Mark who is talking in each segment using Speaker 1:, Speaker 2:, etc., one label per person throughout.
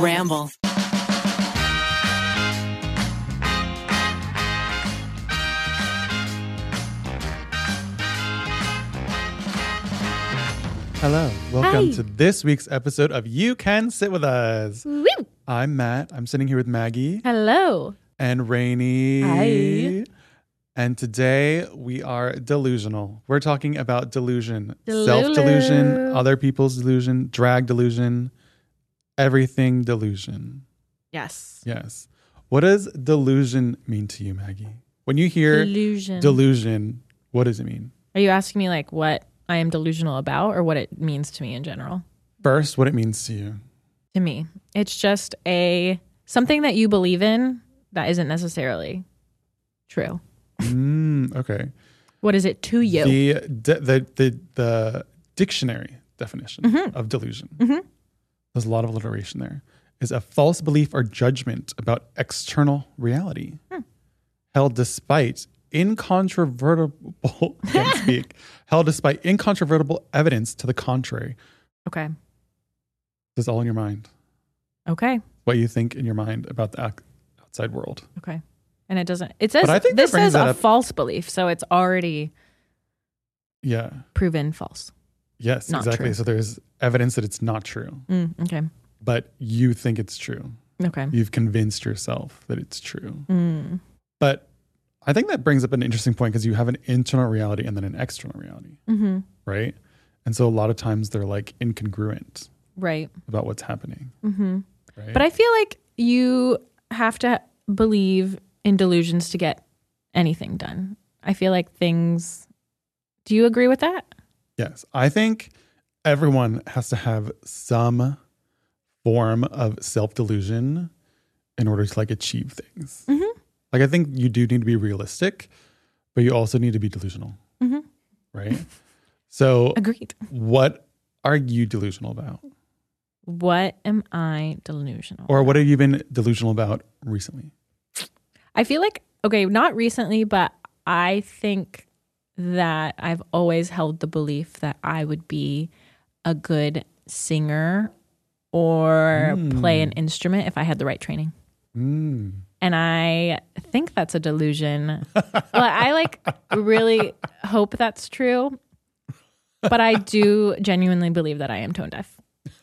Speaker 1: Ramble.
Speaker 2: Hello, welcome
Speaker 3: Hi.
Speaker 2: to this week's episode of You Can Sit With Us.
Speaker 3: Woo!
Speaker 2: I'm Matt. I'm sitting here with Maggie
Speaker 3: Hello.
Speaker 2: and Rainey.
Speaker 3: Hi.
Speaker 2: And today we are delusional. We're talking about delusion,
Speaker 3: Delulu.
Speaker 2: self delusion, other people's delusion, drag delusion, everything delusion.
Speaker 3: Yes.
Speaker 2: Yes. What does delusion mean to you, Maggie? When you hear
Speaker 3: Delusion.
Speaker 2: delusion, what does it mean?
Speaker 3: Are you asking me like what I am delusional about or what it means to me in general?
Speaker 2: First, what it means to you.
Speaker 3: To me, it's just a something that you believe in that isn't necessarily true.
Speaker 2: Mm, okay.
Speaker 3: What is it to you?
Speaker 2: The, de- the the the dictionary definition
Speaker 3: Mm-hmm.
Speaker 2: of delusion. There's a lot of alliteration there. Is a false belief or judgment about external reality
Speaker 3: Hmm.
Speaker 2: held despite incontrovertible can't speak held despite incontrovertible evidence to the contrary.
Speaker 3: okay.
Speaker 2: This is all in your mind.
Speaker 3: Okay.
Speaker 2: What you think in your mind about the ac- outside world.
Speaker 3: Okay. And it doesn't it says
Speaker 2: But I think that
Speaker 3: this
Speaker 2: brings
Speaker 3: says
Speaker 2: that
Speaker 3: a
Speaker 2: up-
Speaker 3: false belief, so it's already
Speaker 2: Yeah.
Speaker 3: proven false.
Speaker 2: Yes.
Speaker 3: Not
Speaker 2: exactly.
Speaker 3: true.
Speaker 2: So there's evidence that it's not true,
Speaker 3: Mm, okay. Mm.
Speaker 2: but you think it's true.
Speaker 3: Okay.
Speaker 2: You've convinced yourself that it's true.
Speaker 3: Mm.
Speaker 2: But I think that brings up an interesting point because you have an internal reality and then an external reality,
Speaker 3: hmm
Speaker 2: right? And so a lot of times they're like incongruent
Speaker 3: Right.
Speaker 2: about what's happening.
Speaker 3: Mm-hmm.
Speaker 2: Right?
Speaker 3: But I feel like you have to believe in delusions to get anything done. I feel like things. Do you agree with that?
Speaker 2: yes, I think everyone has to have some form of self delusion in order to like achieve things.
Speaker 3: Mhm.
Speaker 2: Like I think you do need to be realistic, but you also need to be delusional,
Speaker 3: Mhm.
Speaker 2: right? so
Speaker 3: Agreed.
Speaker 2: what are you delusional about?
Speaker 3: What am I delusional?
Speaker 2: Or what have you been delusional about recently?
Speaker 3: I feel like, okay, not recently, but I think that I've always held the belief that I would be a good singer or play
Speaker 2: Hmm.
Speaker 3: an instrument if I had the right training.
Speaker 2: Mm.
Speaker 3: and I think that's a delusion. well, I like really hope that's true, but I do genuinely believe that I am tone deaf.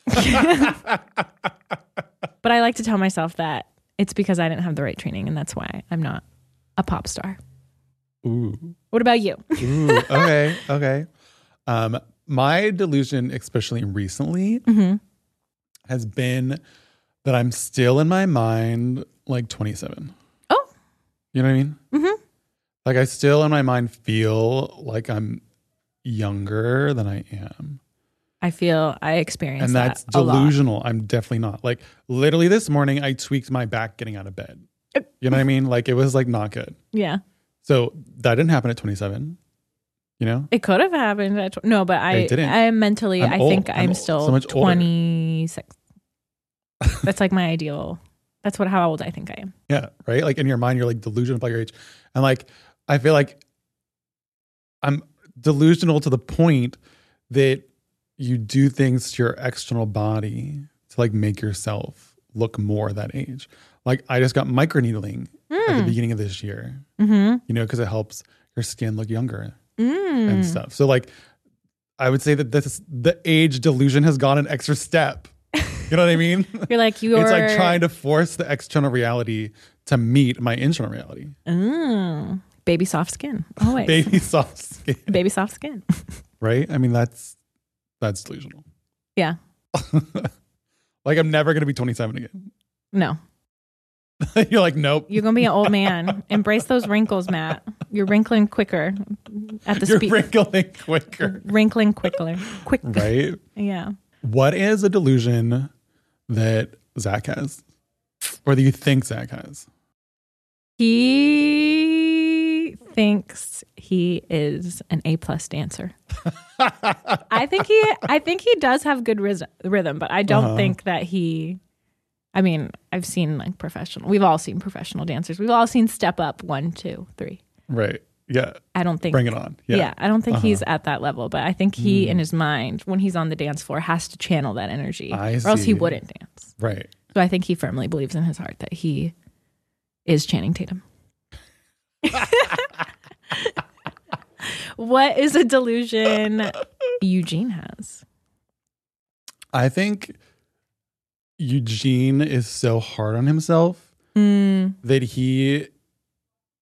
Speaker 3: but I like to tell myself that it's because I didn't have the right training, and that's why I'm not a pop star.
Speaker 2: Ooh.
Speaker 3: What about you?
Speaker 2: Ooh. okay. Okay. Um, my delusion, especially recently,
Speaker 3: Mhm.
Speaker 2: has been that I'm still in my mind like 27.
Speaker 3: Oh.
Speaker 2: You know what I mean?
Speaker 3: Mhm.
Speaker 2: Like I still in my mind feel like I'm younger than I am.
Speaker 3: I feel I experience
Speaker 2: and that's
Speaker 3: that a lot.
Speaker 2: delusional. I'm definitely not. Like literally this morning I tweaked my back getting out of bed. You know what I mean? Like it was like not good.
Speaker 3: Yeah,
Speaker 2: So that didn't happen at 27. You know?
Speaker 3: it could have happened. At tw- no, but I
Speaker 2: It didn't.
Speaker 3: I mentally,
Speaker 2: I'm
Speaker 3: i
Speaker 2: old.
Speaker 3: think
Speaker 2: I'm
Speaker 3: I'm,
Speaker 2: old.
Speaker 3: still
Speaker 2: So much older.
Speaker 3: 26. that's like my ideal. That's what how old I think I am.
Speaker 2: Yeah, right. Like in your mind, you're like delusional about your age, and like I feel like I'm delusional to the point that you do things to your external body to like make yourself look more that age. Like I just got microneedling at the beginning of this year,
Speaker 3: Mm-hmm.
Speaker 2: you know, because it helps your skin look younger
Speaker 3: Mm.
Speaker 2: and stuff. So like, I would say that this the age delusion has gone an extra step. You know what I mean?
Speaker 3: You're like you're.
Speaker 2: It's like trying to force the external reality to meet my internal reality.
Speaker 3: Mm. Baby soft skin. Always. Baby,
Speaker 2: Baby soft skin,
Speaker 3: soft skin.
Speaker 2: right? I mean, that's that's delusional.
Speaker 3: Yeah.
Speaker 2: Like I'm never gonna be 27 again.
Speaker 3: No,
Speaker 2: You're like, nope.
Speaker 3: you're gonna be an old man. Embrace those wrinkles, Matt. You're wrinkling quicker at the
Speaker 2: You're
Speaker 3: speed.
Speaker 2: wrinkling quicker,
Speaker 3: wrinkling quicker. Quick.
Speaker 2: right?
Speaker 3: Yeah.
Speaker 2: What is a delusion that Zach has, or that you think Zach has?
Speaker 3: He thinks he is an A plus dancer. I think he I think he does have good ris- rhythm, but I don't
Speaker 2: Uh-huh.
Speaker 3: think that he I mean, I've seen like professional. We've all seen professional dancers. We've all seen step up one, two, three.
Speaker 2: Right. Yeah.
Speaker 3: I don't think
Speaker 2: Bring it on.
Speaker 3: Yeah,
Speaker 2: Yeah. Uh-huh. Mm.
Speaker 3: I don't think he's at that level, but I think he in his mind when he's on the dance floor has to channel that energy
Speaker 2: I
Speaker 3: or else
Speaker 2: see.
Speaker 3: he wouldn't dance.
Speaker 2: Right.
Speaker 3: So I think he firmly believes in his heart that he is Channing Tatum. what is a delusion Eugene has?
Speaker 2: I think Eugene is so hard on himself
Speaker 3: Mm,
Speaker 2: that he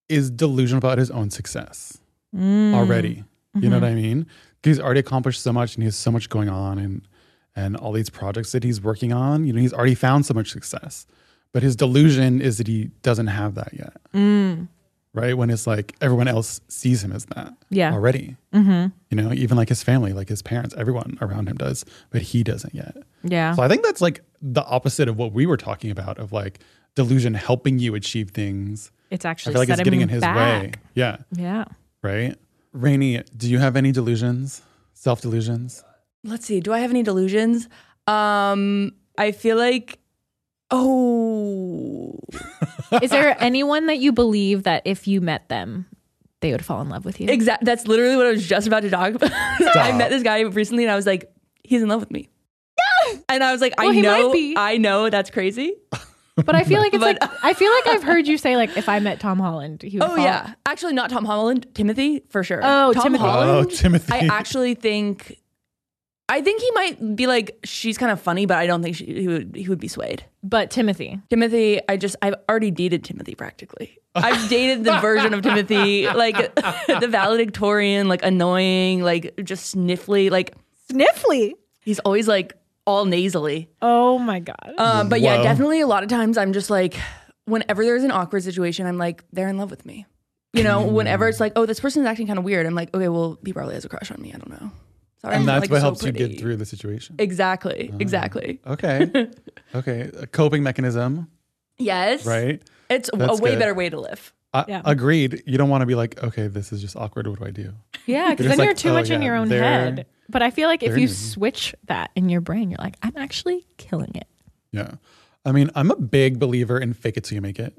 Speaker 2: is delusional about his own success
Speaker 3: mm,
Speaker 2: already. You know
Speaker 3: mhm.
Speaker 2: what I mean? He's already accomplished so much and he has so much going on and and all these projects that he's working on, you know, he's already found so much success. But his delusion is that he doesn't have that yet.
Speaker 3: Mm,
Speaker 2: Right? When it's like everyone else sees him as that
Speaker 3: yeah.
Speaker 2: already.
Speaker 3: hmm
Speaker 2: You know, even like his family, like his parents, everyone around him does, but he doesn't yet.
Speaker 3: Mm. Yeah.
Speaker 2: So I think that's like the opposite of what we were talking about of like delusion helping you achieve things.
Speaker 3: It's
Speaker 2: I
Speaker 3: actually
Speaker 2: feel like
Speaker 3: set
Speaker 2: it's getting
Speaker 3: him
Speaker 2: in his
Speaker 3: back.
Speaker 2: way. Yeah.
Speaker 3: Yeah.
Speaker 2: Right. Rainey, do you have any delusions? Self delusions?
Speaker 4: Let's see. Do I have any delusions? Um, I feel like oh,
Speaker 3: Is there anyone that you believe that if you met them, they would fall in love with you?
Speaker 4: exact. That's literally what I was just about to talk about. I met this guy recently, and I was like, he's in love with me. And I was like,
Speaker 3: Well,
Speaker 4: I
Speaker 3: he might
Speaker 4: know,
Speaker 3: be.
Speaker 4: I know that's crazy.
Speaker 3: But I feel like it's
Speaker 4: But-
Speaker 3: like I feel like I've heard you say like if I met Tom Holland, he would
Speaker 4: Oh
Speaker 3: fall.
Speaker 4: yeah, actually not Tom Holland, Timothy for sure.
Speaker 3: Oh,
Speaker 4: Tom
Speaker 3: Timothy.
Speaker 4: Holland.
Speaker 2: Oh, Timothy.
Speaker 4: I actually think, I think he might be like she's kind of funny, but I don't think she, he would he would be swayed.
Speaker 3: But Timothy.
Speaker 4: Timothy, I just I've already dated Timothy practically. I've dated the version of Timothy, like the valedictorian, like annoying, like just sniffly, like
Speaker 3: Sniffly.
Speaker 4: he's always like all nasally.
Speaker 3: Oh my god.
Speaker 4: Um, but yeah,
Speaker 2: Whoa.
Speaker 4: definitely a lot of times I'm just like, whenever there's an awkward situation, I'm like, they're in love with me. You know,
Speaker 2: Mm.
Speaker 4: whenever it's like, oh, this person's acting kind of weird, I'm like, okay, well, he probably has a crush on me. I don't know. Sorry, I'm
Speaker 2: and
Speaker 4: not,
Speaker 2: that's
Speaker 4: like,
Speaker 2: what
Speaker 4: so
Speaker 2: helps you
Speaker 4: pretty.
Speaker 2: get through Ah. the situation.
Speaker 4: Exactly, exactly.
Speaker 2: Okay. okay. A coping mechanism,
Speaker 4: Yes,
Speaker 2: right?
Speaker 4: It's a
Speaker 2: That's
Speaker 4: way
Speaker 2: good.
Speaker 4: better way to live.
Speaker 2: I,
Speaker 3: Yeah.
Speaker 2: Agreed. You don't want to be like, okay, this is just awkward. What do I do?
Speaker 3: yeah, because
Speaker 2: It's
Speaker 3: then
Speaker 2: like,
Speaker 3: you're too
Speaker 2: oh,
Speaker 3: much in
Speaker 2: yeah,
Speaker 3: your own
Speaker 2: they're-
Speaker 3: head. But I feel like if
Speaker 2: they're
Speaker 3: you
Speaker 2: new.
Speaker 3: switch that in your brain, you're like, I'm actually killing it.
Speaker 2: Yeah. I mean, I'm a big believer in fake it till you make it.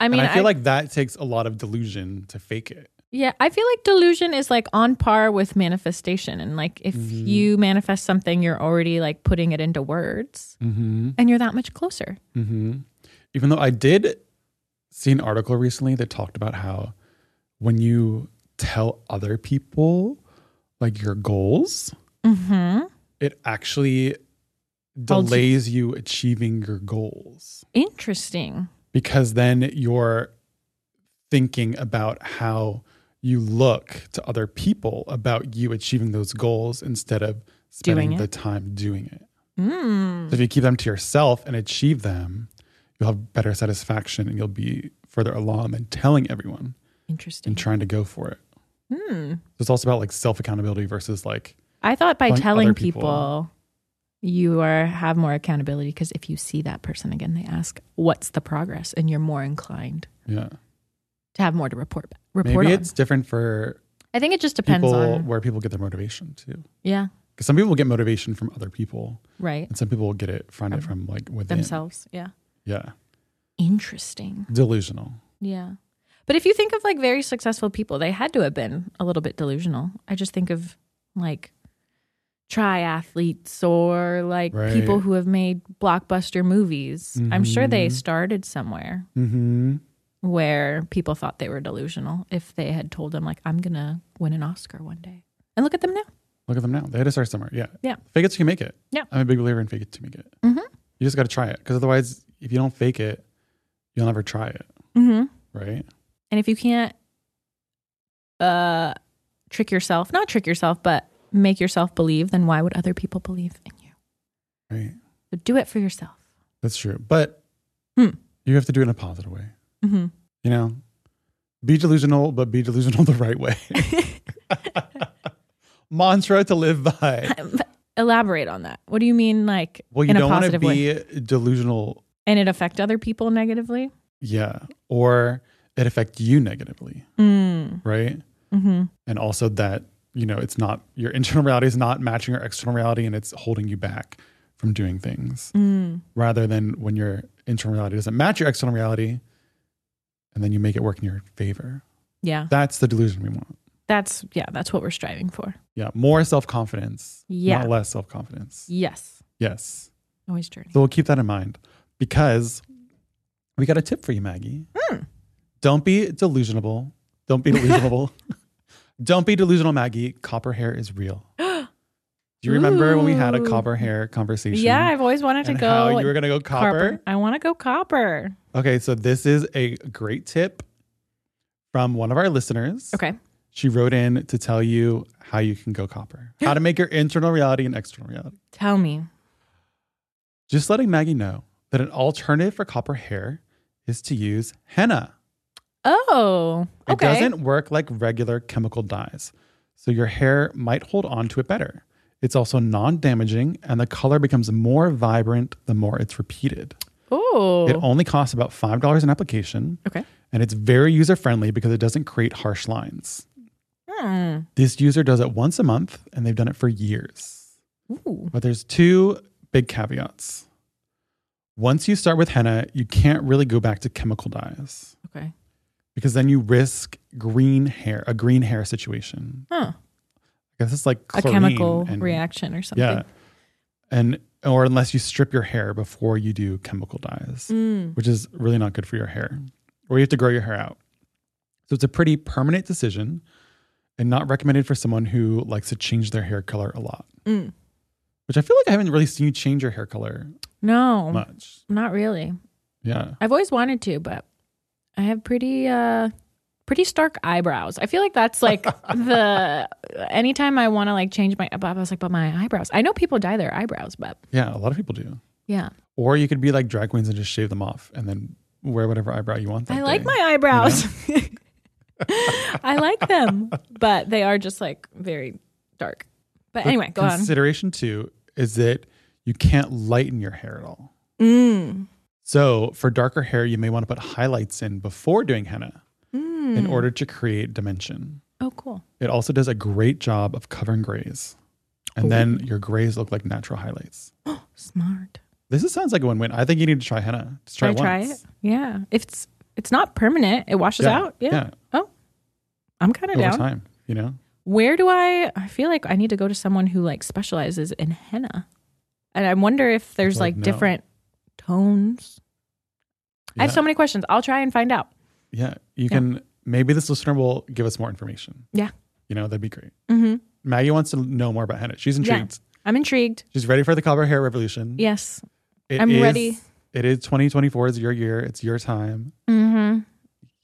Speaker 3: I mean,
Speaker 2: and I feel like that takes a lot of delusion to fake it.
Speaker 3: yeah, I feel like delusion is like on par with manifestation, and like if
Speaker 2: Mm-hmm.
Speaker 3: you manifest something, you're already like putting it into words,
Speaker 2: Mm-hmm.
Speaker 3: and you're that much closer.
Speaker 2: Even though I did see an article recently that talked about how when you tell other people like your goals,
Speaker 3: Mm-hmm.
Speaker 2: it actually
Speaker 3: Holds you-
Speaker 2: delays you achieving your goals.
Speaker 3: Interesting.
Speaker 2: because then you're thinking about how you look to other people about you achieving those goals instead of spending
Speaker 3: Doing it.
Speaker 2: the time doing it.
Speaker 3: Mm.
Speaker 2: So if you keep them to yourself and achieve them, you'll have better satisfaction and you'll be further along than telling everyone
Speaker 3: Interesting.
Speaker 2: and trying to go for it.
Speaker 3: Hmm.
Speaker 2: So it's also about like self accountability versus like,
Speaker 3: I thought by
Speaker 2: Like
Speaker 3: telling
Speaker 2: other
Speaker 3: people,
Speaker 2: people.
Speaker 3: you are have more accountability because if you see that person again, they ask, "What's the progress?" and you're more inclined
Speaker 2: yeah.
Speaker 3: to have more to report ba- report
Speaker 2: Maybe
Speaker 3: on.
Speaker 2: it's different for
Speaker 3: I think it just depends
Speaker 2: people
Speaker 3: on
Speaker 2: where people get their motivation too.
Speaker 3: yeah,
Speaker 2: Because some people get motivation from other people
Speaker 3: right
Speaker 2: and some people will get it, find it from like within
Speaker 3: themselves. Yeah,
Speaker 2: Yeah.
Speaker 3: interesting.
Speaker 2: Delusional.
Speaker 3: Yeah, but if you think of like very successful people, they had to have been a little bit delusional. I just think of like triathletes or like people
Speaker 2: Right.
Speaker 3: who have made blockbuster movies. I'm sure they
Speaker 2: Mhm.
Speaker 3: started somewhere.
Speaker 2: Mm-hmm.
Speaker 3: where people thought they were delusional if they had told them like I'm gonna win an Oscar one day. And look at them now.
Speaker 2: Look at them now. They had to start somewhere. Yeah.
Speaker 3: Yeah.
Speaker 2: Fake it till you make it.
Speaker 3: Yeah.
Speaker 2: I'm a big believer in fake it till you make it.
Speaker 3: Mhm.
Speaker 2: You just got to try it because otherwise, if you don't fake it, you'll never try it.
Speaker 3: Mm-hmm.
Speaker 2: Right.
Speaker 3: And if you can't uh, trick yourself, not trick yourself, but make yourself believe, then why would other people believe in you?
Speaker 2: Right.
Speaker 3: So do it for yourself.
Speaker 2: That's true. But
Speaker 3: Hmm.
Speaker 2: you have to do it in a positive way.
Speaker 3: Mm-hmm.
Speaker 2: You know, be delusional, but be delusional the right way. Mantra to live by.
Speaker 3: elaborate on that. What do you mean, like
Speaker 2: Well, you
Speaker 3: in a
Speaker 2: don't want to
Speaker 3: positive way?
Speaker 2: be delusional,
Speaker 3: And it affect other people negatively?
Speaker 2: yeah, or it affect you negatively, right?
Speaker 3: Mm. Mm-hmm.
Speaker 2: And also that you know it's not your internal reality is not matching your external reality, and it's holding you back from doing things.
Speaker 3: Mm.
Speaker 2: Rather than when your internal reality doesn't match your external reality, and then you make it work in your favor.
Speaker 3: Yeah,
Speaker 2: That's the delusion we want.
Speaker 3: that's yeah, that's what we're striving for.
Speaker 2: Yeah, more self confidence,
Speaker 3: Yeah.
Speaker 2: not less self confidence.
Speaker 3: Yes,
Speaker 2: Yes.
Speaker 3: always journey.
Speaker 2: So we'll keep that in mind because we got a tip for you, Maggie.
Speaker 3: Hmm.
Speaker 2: Don't be delusional. Don't be delusional. Don't be delusional, Maggie. Copper hair is real. Do you remember when we had a
Speaker 3: Ooh.
Speaker 2: copper hair conversation?
Speaker 3: Yeah, I've always wanted to
Speaker 2: and
Speaker 3: go.
Speaker 2: how you were going to go copper?
Speaker 3: I want to go copper.
Speaker 2: Okay, so this is a great tip from one of our listeners.
Speaker 3: Okay.
Speaker 2: She wrote in to tell you how you can go copper, how to make your internal reality and external reality.
Speaker 3: Tell me.
Speaker 2: Just letting Maggie know that an alternative for copper hair is to use henna.
Speaker 3: Oh,
Speaker 2: It
Speaker 3: okay.
Speaker 2: doesn't work like regular chemical dyes, so your hair might hold on to it better. It's also non damaging, and the color becomes more vibrant the more it's repeated. It
Speaker 3: Oh,
Speaker 2: only costs about $5 an application,
Speaker 3: okay.
Speaker 2: and it's very user friendly because it doesn't create harsh lines.
Speaker 3: Hmm.
Speaker 2: This user does it once a month, and they've done it for years.
Speaker 3: Ooh.
Speaker 2: But there's two big caveats. Once you start with henna, you can't really go back to chemical dyes
Speaker 3: Okay.
Speaker 2: because then you risk green hair, a green hair situation.
Speaker 3: Huh.
Speaker 2: I guess it's like
Speaker 3: A
Speaker 2: chlorine
Speaker 3: chemical
Speaker 2: and-
Speaker 3: reaction or something.
Speaker 2: Yeah, and or unless you strip your hair before you do chemical dyes,
Speaker 3: Mm.
Speaker 2: which is really not good for your hair, or you have to grow your hair out. So it's a pretty permanent decision, and not recommended for someone who likes to change their hair color a lot.
Speaker 3: Mm.
Speaker 2: Which I feel like I haven't really seen you change your hair color
Speaker 3: No,
Speaker 2: much.
Speaker 3: not really.
Speaker 2: Yeah.
Speaker 3: I've always wanted to, but I have pretty uh pretty stark eyebrows. I feel like that's like the anytime I want to like change my I was like, but my eyebrows. I know people dye their eyebrows, but
Speaker 2: Yeah, a lot of people do.
Speaker 3: yeah.
Speaker 2: Or you could be like drag queens and just shave them off and then wear whatever eyebrow you want. That
Speaker 3: I like
Speaker 2: day.
Speaker 3: my eyebrows. I like them, but they are just like very dark. But
Speaker 2: But
Speaker 3: anyway, go on.
Speaker 2: Consideration two is that you can't lighten your hair at all.
Speaker 3: Mm.
Speaker 2: So for darker hair, you may want to put highlights in before doing henna
Speaker 3: Mm.
Speaker 2: in order to create dimension.
Speaker 3: Oh, cool.
Speaker 2: It also does a great job of covering grays. And then your grays look like natural highlights.
Speaker 3: Smart.
Speaker 2: This is, sounds like a win-win. I think you need to try henna. Just try
Speaker 3: Should
Speaker 2: it
Speaker 3: I try
Speaker 2: once.
Speaker 3: it? Yeah. If it's it's not permanent, it washes out. Yeah. Oh, I'm kind of
Speaker 2: Over
Speaker 3: down.
Speaker 2: time, you know?
Speaker 3: Where do I? I feel like I need to go to someone who like specializes in henna, and I wonder if there's
Speaker 2: like,
Speaker 3: like
Speaker 2: no.
Speaker 3: different tones. I have
Speaker 2: Yeah.
Speaker 3: so many questions. I'll try and find out.
Speaker 2: Yeah, you can. Maybe this listener will give us more information.
Speaker 3: Yeah.
Speaker 2: You know, that'd be great.
Speaker 3: Mm-hmm.
Speaker 2: Maggie wants to know more about henna. She's
Speaker 3: Yeah.
Speaker 2: intrigued.
Speaker 3: I'm intrigued.
Speaker 2: She's ready for the copper hair revolution.
Speaker 3: Yes.
Speaker 2: It
Speaker 3: I'm
Speaker 2: is-
Speaker 3: ready.
Speaker 2: It is 2024 is your year. It's your time.
Speaker 3: Mm-hmm.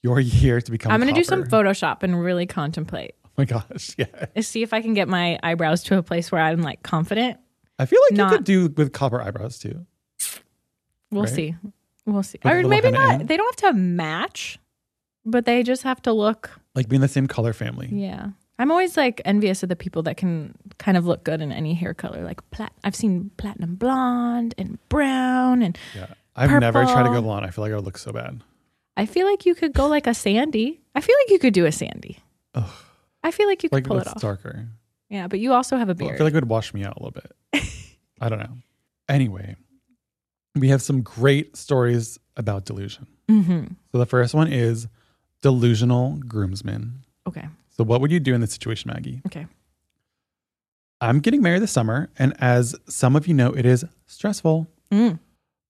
Speaker 2: Your year to become.
Speaker 3: I'm gonna do some
Speaker 2: copper.
Speaker 3: Photoshop and really contemplate
Speaker 2: Oh my gosh, yeah.
Speaker 3: and see if I can get my eyebrows to a place where I'm like confident.
Speaker 2: I feel like
Speaker 3: Not-
Speaker 2: you could do with copper eyebrows too.
Speaker 3: We'll
Speaker 2: Right.
Speaker 3: see. We'll see.
Speaker 2: Put a
Speaker 3: or
Speaker 2: little
Speaker 3: maybe
Speaker 2: henna
Speaker 3: not.
Speaker 2: in.
Speaker 3: They don't have to match, but they just have to look.
Speaker 2: Like being the same color family.
Speaker 3: Yeah. I'm always like envious of the people that can kind of look good in any hair color. Like plat I've seen platinum blonde and brown and
Speaker 2: Yeah. I've never tried to go
Speaker 3: Purple.
Speaker 2: blonde. I feel like I would look so bad.
Speaker 3: I feel like you could go like a sandy. I feel like you could do a sandy.
Speaker 2: Ugh.
Speaker 3: I feel like you could
Speaker 2: Like
Speaker 3: pull it
Speaker 2: what's
Speaker 3: off.
Speaker 2: darker.
Speaker 3: Yeah, but you also have a
Speaker 2: Well,
Speaker 3: beard.
Speaker 2: I feel like it would wash me out a little bit. I don't know. Anyway, we have some great stories about delusion.
Speaker 3: mm-hmm.
Speaker 2: So the first one is delusional groomsmen.
Speaker 3: Okay.
Speaker 2: So what would you do in this situation, Maggie?
Speaker 3: Okay.
Speaker 2: I'm getting married this summer, and as some of you know, it is stressful.
Speaker 3: Mm.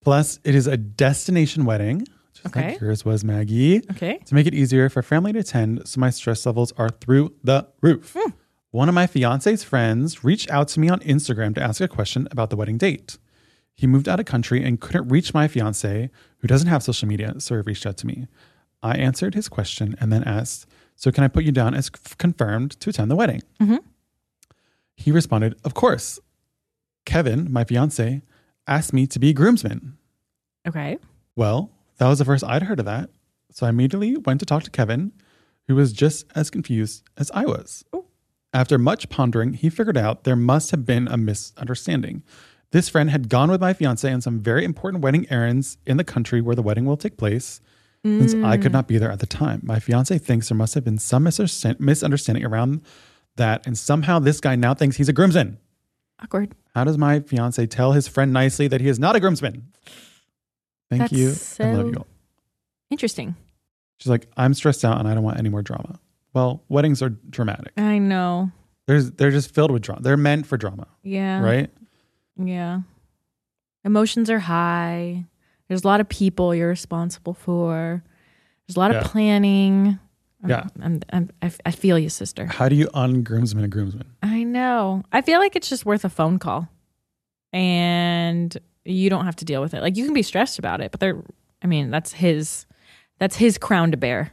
Speaker 2: Plus, it is a destination wedding, just
Speaker 3: Okay.
Speaker 2: like yours was, Maggie.
Speaker 3: Okay.
Speaker 2: To make it easier for family to attend, so my stress levels are through the roof. One of my fiance's friends reached out to me on Instagram to ask a question about the wedding date. He moved out of country and couldn't reach my fiance, who doesn't have social media, so he reached out to me. I answered his question and then asked, So can I put you down as c- confirmed to attend the wedding?
Speaker 3: Mhm.
Speaker 2: He responded, Of course. Kevin, my fiance, asked me to be groomsman.
Speaker 3: Okay.
Speaker 2: Well, that was the first I'd heard of that.
Speaker 3: Oh.
Speaker 2: So I immediately went to talk to Kevin, who was just as confused as I was. After much pondering, he figured out there must have been a misunderstanding. This friend had gone with my fiance on some very important wedding errands in the country where the wedding will take place. Since I
Speaker 3: Mm,
Speaker 2: could not be there at the time, my fiance thinks there must have been some misunderstand- misunderstanding around that, and somehow this guy now thinks he's a groomsman.
Speaker 4: Awkward.
Speaker 2: How does my fiance tell his friend nicely that he is not a groomsman? Thank
Speaker 3: That's
Speaker 2: you. I
Speaker 3: so-
Speaker 2: love you. all.
Speaker 3: Interesting.
Speaker 2: She's like, I'm stressed out and I don't want any more drama. Well, weddings are dramatic.
Speaker 3: I know.
Speaker 2: There's, they're just filled with drama. They're meant for drama,
Speaker 3: Yeah.
Speaker 2: right?
Speaker 3: Yeah. Emotions are high. There's a lot of people you're responsible for. There's a lot
Speaker 2: Yeah.
Speaker 3: of planning. I'm-
Speaker 2: Yeah.
Speaker 3: I'm, I'm, I f- I feel you, sister.
Speaker 2: How do you ungroomsman a groomsman?
Speaker 3: I know. I feel like it's just worth a phone call and you don't have to deal with it. Like you can be stressed about it, but they're, I mean, that's his, that's his crown to bear.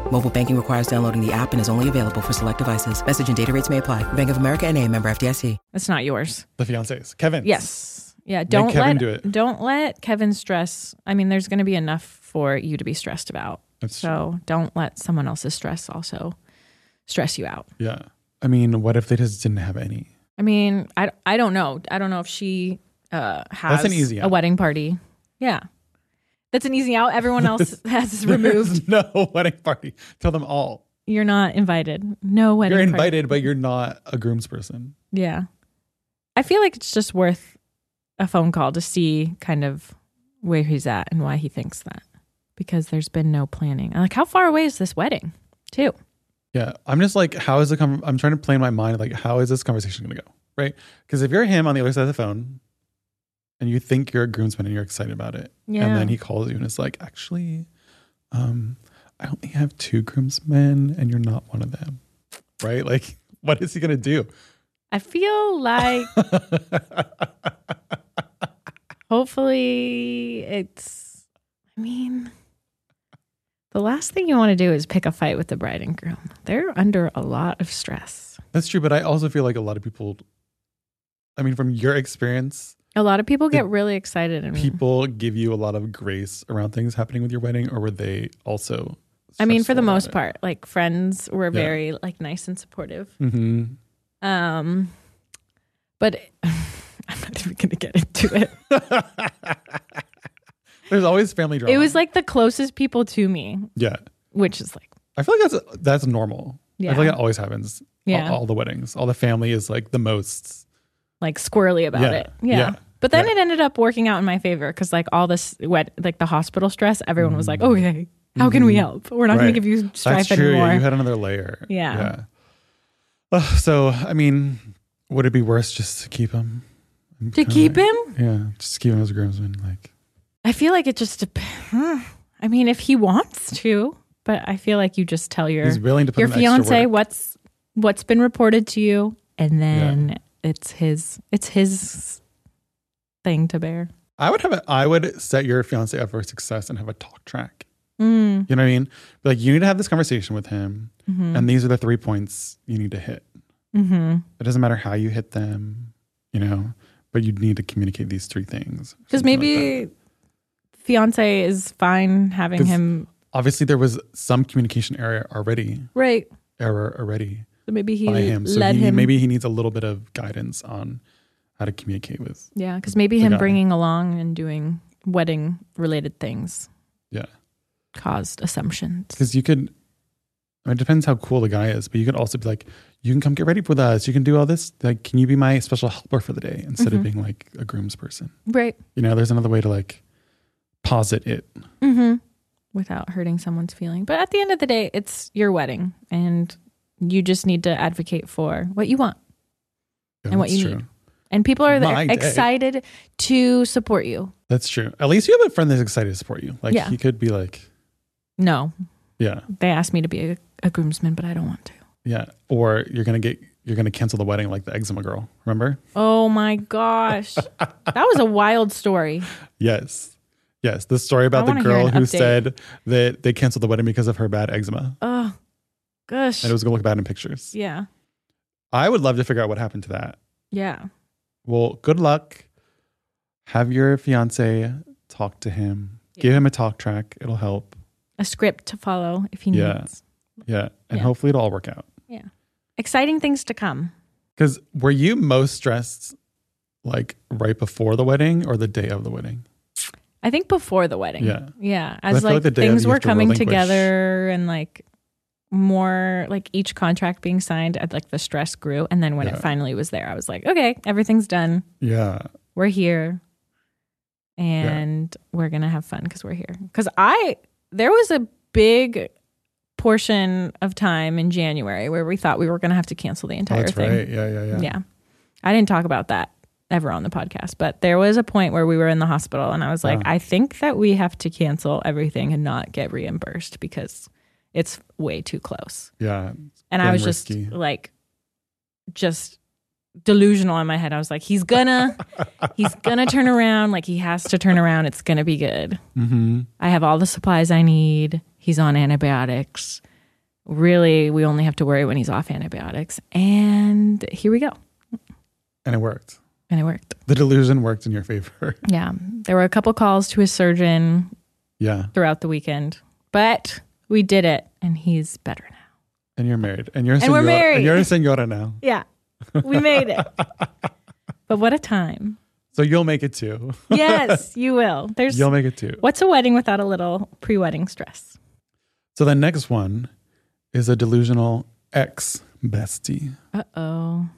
Speaker 1: Mobile banking requires downloading the app and is only available for select devices. Message and data rates may apply. Bank of America and a member FDIC.
Speaker 3: That's not yours.
Speaker 2: The fiance's Kevin.
Speaker 3: Yes. Yeah. Don't
Speaker 2: Kevin
Speaker 3: let
Speaker 2: do it.
Speaker 3: don't let Kevin stress. I mean, there's going to be enough for you to be stressed about.
Speaker 2: That's
Speaker 3: so don't let someone else's stress also stress you out.
Speaker 2: Yeah. I mean, what if they just didn't have any?
Speaker 3: I mean, I, I don't know. I don't know if she uh, has
Speaker 2: an easy
Speaker 3: a
Speaker 2: out.
Speaker 3: wedding party. Yeah. That's an easy out. Everyone else has removed.
Speaker 2: There's no wedding party. Tell them all.
Speaker 3: You're not invited. No wedding.
Speaker 2: you're
Speaker 3: party.
Speaker 2: invited, but you're not a groomsperson.
Speaker 3: Yeah. I feel like it's just worth a phone call to see kind of where he's at and why he thinks that because there's been no planning. And, Like, how far away is this wedding, too?
Speaker 2: Yeah. I'm just like, how is the con- I'm trying to play in my mind, like, how is this conversation going to go? Right. Because if you're him on the other side of the phone and you think you're a groomsman and you're excited about it,
Speaker 3: Yeah.
Speaker 2: and then he calls you and it's like, actually, um, I only have two groomsmen and you're not one of them. Right. Like, what is he going to do?
Speaker 3: I feel like hopefully it's I mean the last thing you want to do is pick a fight with the bride and groom. They're under a lot of stress.
Speaker 2: That's true. But I also feel like a lot of people, I mean, from your experience,
Speaker 3: A lot of people get
Speaker 2: The
Speaker 3: really excited and
Speaker 2: people give you a lot of grace around things happening with your wedding, or were they also?
Speaker 3: I mean for the
Speaker 2: stressful about
Speaker 3: most
Speaker 2: it?
Speaker 3: part like friends were very like nice and supportive.
Speaker 2: Mhm.
Speaker 3: Um but I'm not even going to get into it.
Speaker 2: There's always family drama.
Speaker 3: It was like the closest people to me,
Speaker 2: yeah.
Speaker 3: which is like
Speaker 2: I feel like that's that's normal. I
Speaker 3: Yeah.
Speaker 2: feel like it always happens.
Speaker 3: Yeah.
Speaker 2: All, all the weddings, all the family is like the most.
Speaker 3: like squirrely about
Speaker 2: Yeah,
Speaker 3: it. Yeah.
Speaker 2: yeah,
Speaker 3: But then
Speaker 2: yeah.
Speaker 3: it ended up working out in my favor because like all this wet like the hospital stress, everyone was like, Okay, how can we help? We're not gonna
Speaker 2: Mm-hmm. Right.
Speaker 3: give you strife
Speaker 2: that's true.
Speaker 3: anymore.
Speaker 2: Yeah, you had another layer.
Speaker 3: Yeah.
Speaker 2: Yeah. Ugh, so I mean, would it be worse just to keep him? I'm
Speaker 3: to
Speaker 2: kinda
Speaker 3: keep
Speaker 2: like-
Speaker 3: him?
Speaker 2: Yeah, just keep him as a groomsman. Like,
Speaker 3: I feel like it just depends. I mean, if he wants to, but I feel like you just tell your
Speaker 2: He's willing to put
Speaker 3: your
Speaker 2: in extra
Speaker 3: fiance
Speaker 2: work.
Speaker 3: what's what's been reported to you and then it's his it's his thing to bear.
Speaker 2: I would have a, I would set your fiance up for success and have a talk track.
Speaker 3: Mm.
Speaker 2: You know what I mean? Be Like you need to have this conversation with him, and these are the three points you need to hit.
Speaker 3: Mm-hmm.
Speaker 2: It doesn't matter how you hit them, you know, but you need to communicate these three things.
Speaker 3: Because
Speaker 2: Something like
Speaker 3: maybe
Speaker 2: that.
Speaker 3: fiance is fine having
Speaker 2: 'Cause-
Speaker 3: him
Speaker 2: obviously there was some communication error already,
Speaker 3: right.
Speaker 2: error already
Speaker 3: So maybe he
Speaker 2: by him. So
Speaker 3: led
Speaker 2: he,
Speaker 3: him.
Speaker 2: maybe he needs a little bit of guidance on how to communicate with.
Speaker 3: yeah, because maybe
Speaker 2: the
Speaker 3: him
Speaker 2: guy.
Speaker 3: bringing along and doing wedding related things
Speaker 2: Yeah,
Speaker 3: caused assumptions.
Speaker 2: because you could. I mean, it depends how cool the guy is, but you could also be like, "You can come get ready with us. You can do all this. Like, can you be my
Speaker 3: Mm-hmm.
Speaker 2: special helper for the day instead of being like a groom's person?"
Speaker 3: Right.
Speaker 2: You know, there's another way to like posit it.
Speaker 3: Mm-hmm. without hurting someone's feeling. But at the end of the day, it's your wedding and you just need to advocate for what you want.
Speaker 2: Yeah,
Speaker 3: And what
Speaker 2: that's
Speaker 3: you need. And people are
Speaker 2: My
Speaker 3: there
Speaker 2: day.
Speaker 3: excited to support you.
Speaker 2: That's true. At least you have a friend that's excited to support you. Like
Speaker 3: Yeah.
Speaker 2: he could be like,
Speaker 3: No,
Speaker 2: yeah,
Speaker 3: they asked me to be a, a groomsman, but I don't want to.
Speaker 2: yeah. Or you're gonna get you're gonna cancel the wedding like the eczema girl. Remember?
Speaker 3: Oh my gosh. that was a wild story.
Speaker 2: Yes. Yes. The story about the
Speaker 3: wanna hear
Speaker 2: girl
Speaker 3: an
Speaker 2: who
Speaker 3: update.
Speaker 2: said that they canceled the wedding because of her bad eczema.
Speaker 3: Oh, gosh.
Speaker 2: And it was gonna look bad in pictures.
Speaker 3: yeah.
Speaker 2: I would love to figure out what happened to that.
Speaker 3: Yeah.
Speaker 2: Well, good luck. Have your fiance talk to him. Give him a talk track. It'll help.
Speaker 3: A script to follow if he
Speaker 2: Yeah.
Speaker 3: needs.
Speaker 2: Yeah. And
Speaker 3: Yeah.
Speaker 2: hopefully it'll all work out.
Speaker 3: Yeah. Exciting things to come.
Speaker 2: Because were you most stressed like right before the wedding or the day of the wedding?
Speaker 3: I think before the wedding.
Speaker 2: Yeah.
Speaker 3: Yeah.
Speaker 2: I
Speaker 3: As
Speaker 2: feel
Speaker 3: like,
Speaker 2: like the day of
Speaker 3: things
Speaker 2: you
Speaker 3: were
Speaker 2: have to
Speaker 3: coming
Speaker 2: relinquish-
Speaker 3: together and like more like each contract being signed, I'd like the stress grew. And then when
Speaker 2: Yeah.
Speaker 3: it finally was there, I was like, okay, everything's done.
Speaker 2: Yeah.
Speaker 3: We're here. And we're going to have fun because we're here. Because I, there was a big portion of time in January where we thought we were going to have to cancel the
Speaker 2: Oh,
Speaker 3: entire
Speaker 2: that's
Speaker 3: thing.
Speaker 2: right. Yeah, yeah, yeah.
Speaker 3: Yeah. I didn't talk about that ever on the podcast, but there was a point where we were in the hospital and I was like, I think that we have to cancel everything and not get reimbursed because it's way too close.
Speaker 2: Yeah.
Speaker 3: And
Speaker 2: Getting
Speaker 3: I was
Speaker 2: risky.
Speaker 3: just like, just delusional in my head. I was like, he's gonna, he's gonna turn around. Like, he has to turn around. It's gonna be good.
Speaker 2: Mm-hmm.
Speaker 3: I have all the supplies I need. He's on antibiotics. Really, we only have to worry when he's off antibiotics. And here we go.
Speaker 2: And it worked.
Speaker 3: And it worked.
Speaker 2: The delusion worked in your favor.
Speaker 3: Yeah. There were a couple calls to his surgeon
Speaker 2: yeah.
Speaker 3: throughout the weekend, but we did it and he's better now.
Speaker 2: And you're married. And you're a
Speaker 3: And we're
Speaker 2: senora-
Speaker 3: married.
Speaker 2: And you're a senora now.
Speaker 3: Yeah. We made it. but what a time.
Speaker 2: So you'll make it too.
Speaker 3: Yes, you will. There's
Speaker 2: You'll make it too.
Speaker 3: What's a wedding without a little pre-wedding stress?
Speaker 2: So the next one is a delusional ex bestie.
Speaker 3: Uh-oh.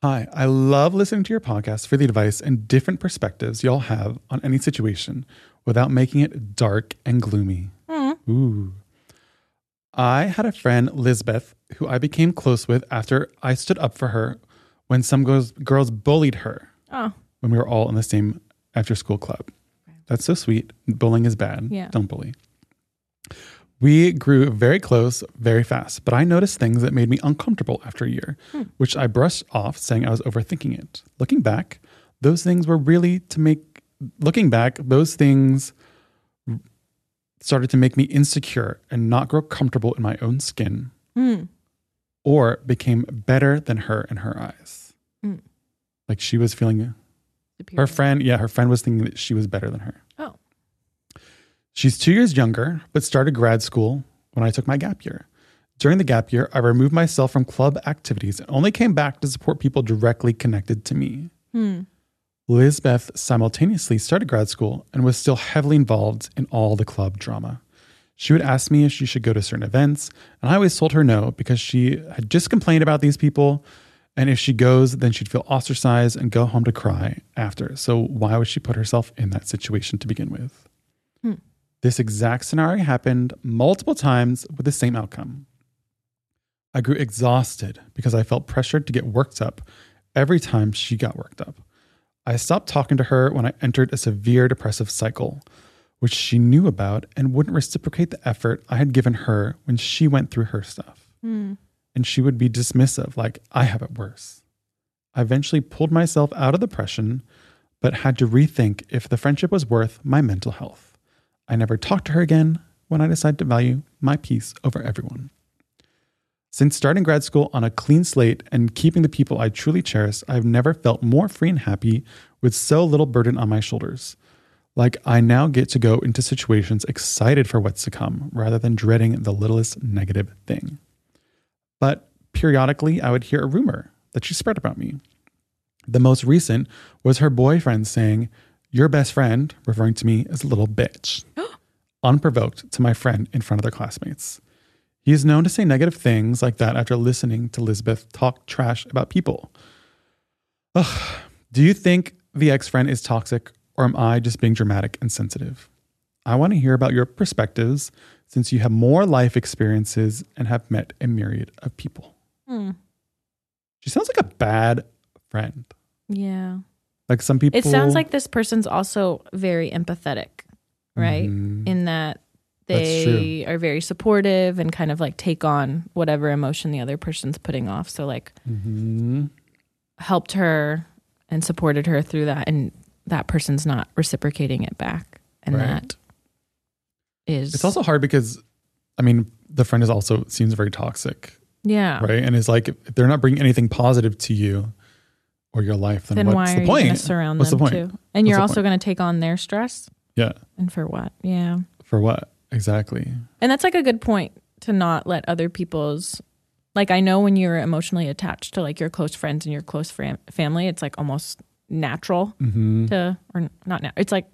Speaker 2: Hi, I love listening to your podcast for the advice and different perspectives y'all have on any situation without making it dark and gloomy.
Speaker 3: Hmm.
Speaker 2: Ooh. I had a friend, Lisbeth, who I became close with after I stood up for her when some girls, girls bullied her
Speaker 3: Oh,
Speaker 2: when we were all in the same after school club. That's so sweet. Bullying is bad.
Speaker 3: Yeah.
Speaker 2: Don't bully. We grew very close very fast, but I noticed things that made me uncomfortable after a year, which I brushed off saying I was overthinking it. Looking back, those things were really to make, looking back, those things started to make me insecure and not grow comfortable in my own skin
Speaker 3: Hmm.
Speaker 2: or became better than her in her eyes.
Speaker 3: Mm.
Speaker 2: Like she was feeling her friend, yeah, her friend was thinking that she was better than her.
Speaker 3: Oh.
Speaker 2: She's two years younger, but started grad school when I took my gap year. During the gap year, I removed myself from club activities and only came back to support people directly connected to me.
Speaker 3: Hmm.
Speaker 2: Lisbeth simultaneously started grad school and was still heavily involved in all the club drama. She would ask me if she should go to certain events, and I always told her no because she had just complained about these people. And if she goes, then she'd feel ostracized and go home to cry after. So, why would she put herself in that situation to begin with? This exact scenario happened multiple times with the same outcome. I grew exhausted because I felt pressured to get worked up every time she got worked up. I stopped talking to her when I entered a severe depressive cycle, which she knew about and wouldn't reciprocate the effort I had given her when she went through her stuff.
Speaker 3: Hmm.
Speaker 2: And she would be dismissive, like, I have it worse. I eventually pulled myself out of depression, but had to rethink if the friendship was worth my mental health. I never talked to her again when I decided to value my peace over everyone. Since starting grad school on a clean slate and keeping the people I truly cherish, I've never felt more free and happy with so little burden on my shoulders. Like I now get to go into situations excited for what's to come rather than dreading the littlest negative thing. But periodically, I would hear a rumor that she spread about me. The most recent was her boyfriend saying, Your best friend, referring to me as a little bitch, unprovoked to my friend in front of their classmates. He is known to say negative things like that after listening to Lisbeth talk trash about people. Ugh. Do you think the ex friend is toxic, or am I just being dramatic and sensitive? I want to hear about your perspectives since you have more life experiences and have met a myriad of people.
Speaker 3: Hmm.
Speaker 2: She sounds like a bad friend.
Speaker 3: Yeah.
Speaker 2: Like some people.
Speaker 3: It sounds like this person's also very empathetic, right?
Speaker 2: Mhm.
Speaker 3: In that
Speaker 2: That's
Speaker 3: they are very supportive and kind of like take on whatever emotion the other person's putting off. So like
Speaker 2: Mhm.
Speaker 3: helped her and supported her through that and that person's not reciprocating it back. And
Speaker 2: Right.
Speaker 3: that is
Speaker 2: It's also hard because, I mean, the friend is also seems very toxic,
Speaker 3: yeah.
Speaker 2: right? And it's like if if they're not bringing anything positive to you or your life, then,
Speaker 3: Then
Speaker 2: what's
Speaker 3: why
Speaker 2: the
Speaker 3: are you
Speaker 2: point?
Speaker 3: going to surround
Speaker 2: what's
Speaker 3: them
Speaker 2: the point?
Speaker 3: too? And
Speaker 2: What's
Speaker 3: you're
Speaker 2: the
Speaker 3: also
Speaker 2: point?
Speaker 3: going to take on their stress
Speaker 2: Yeah,
Speaker 3: and for what? Yeah.
Speaker 2: for what exactly?
Speaker 3: And that's like a good point to not let other people's like I know when you're emotionally attached to like your close friends and your close fam- family, it's like almost natural
Speaker 2: hmm
Speaker 3: to or not now. It's like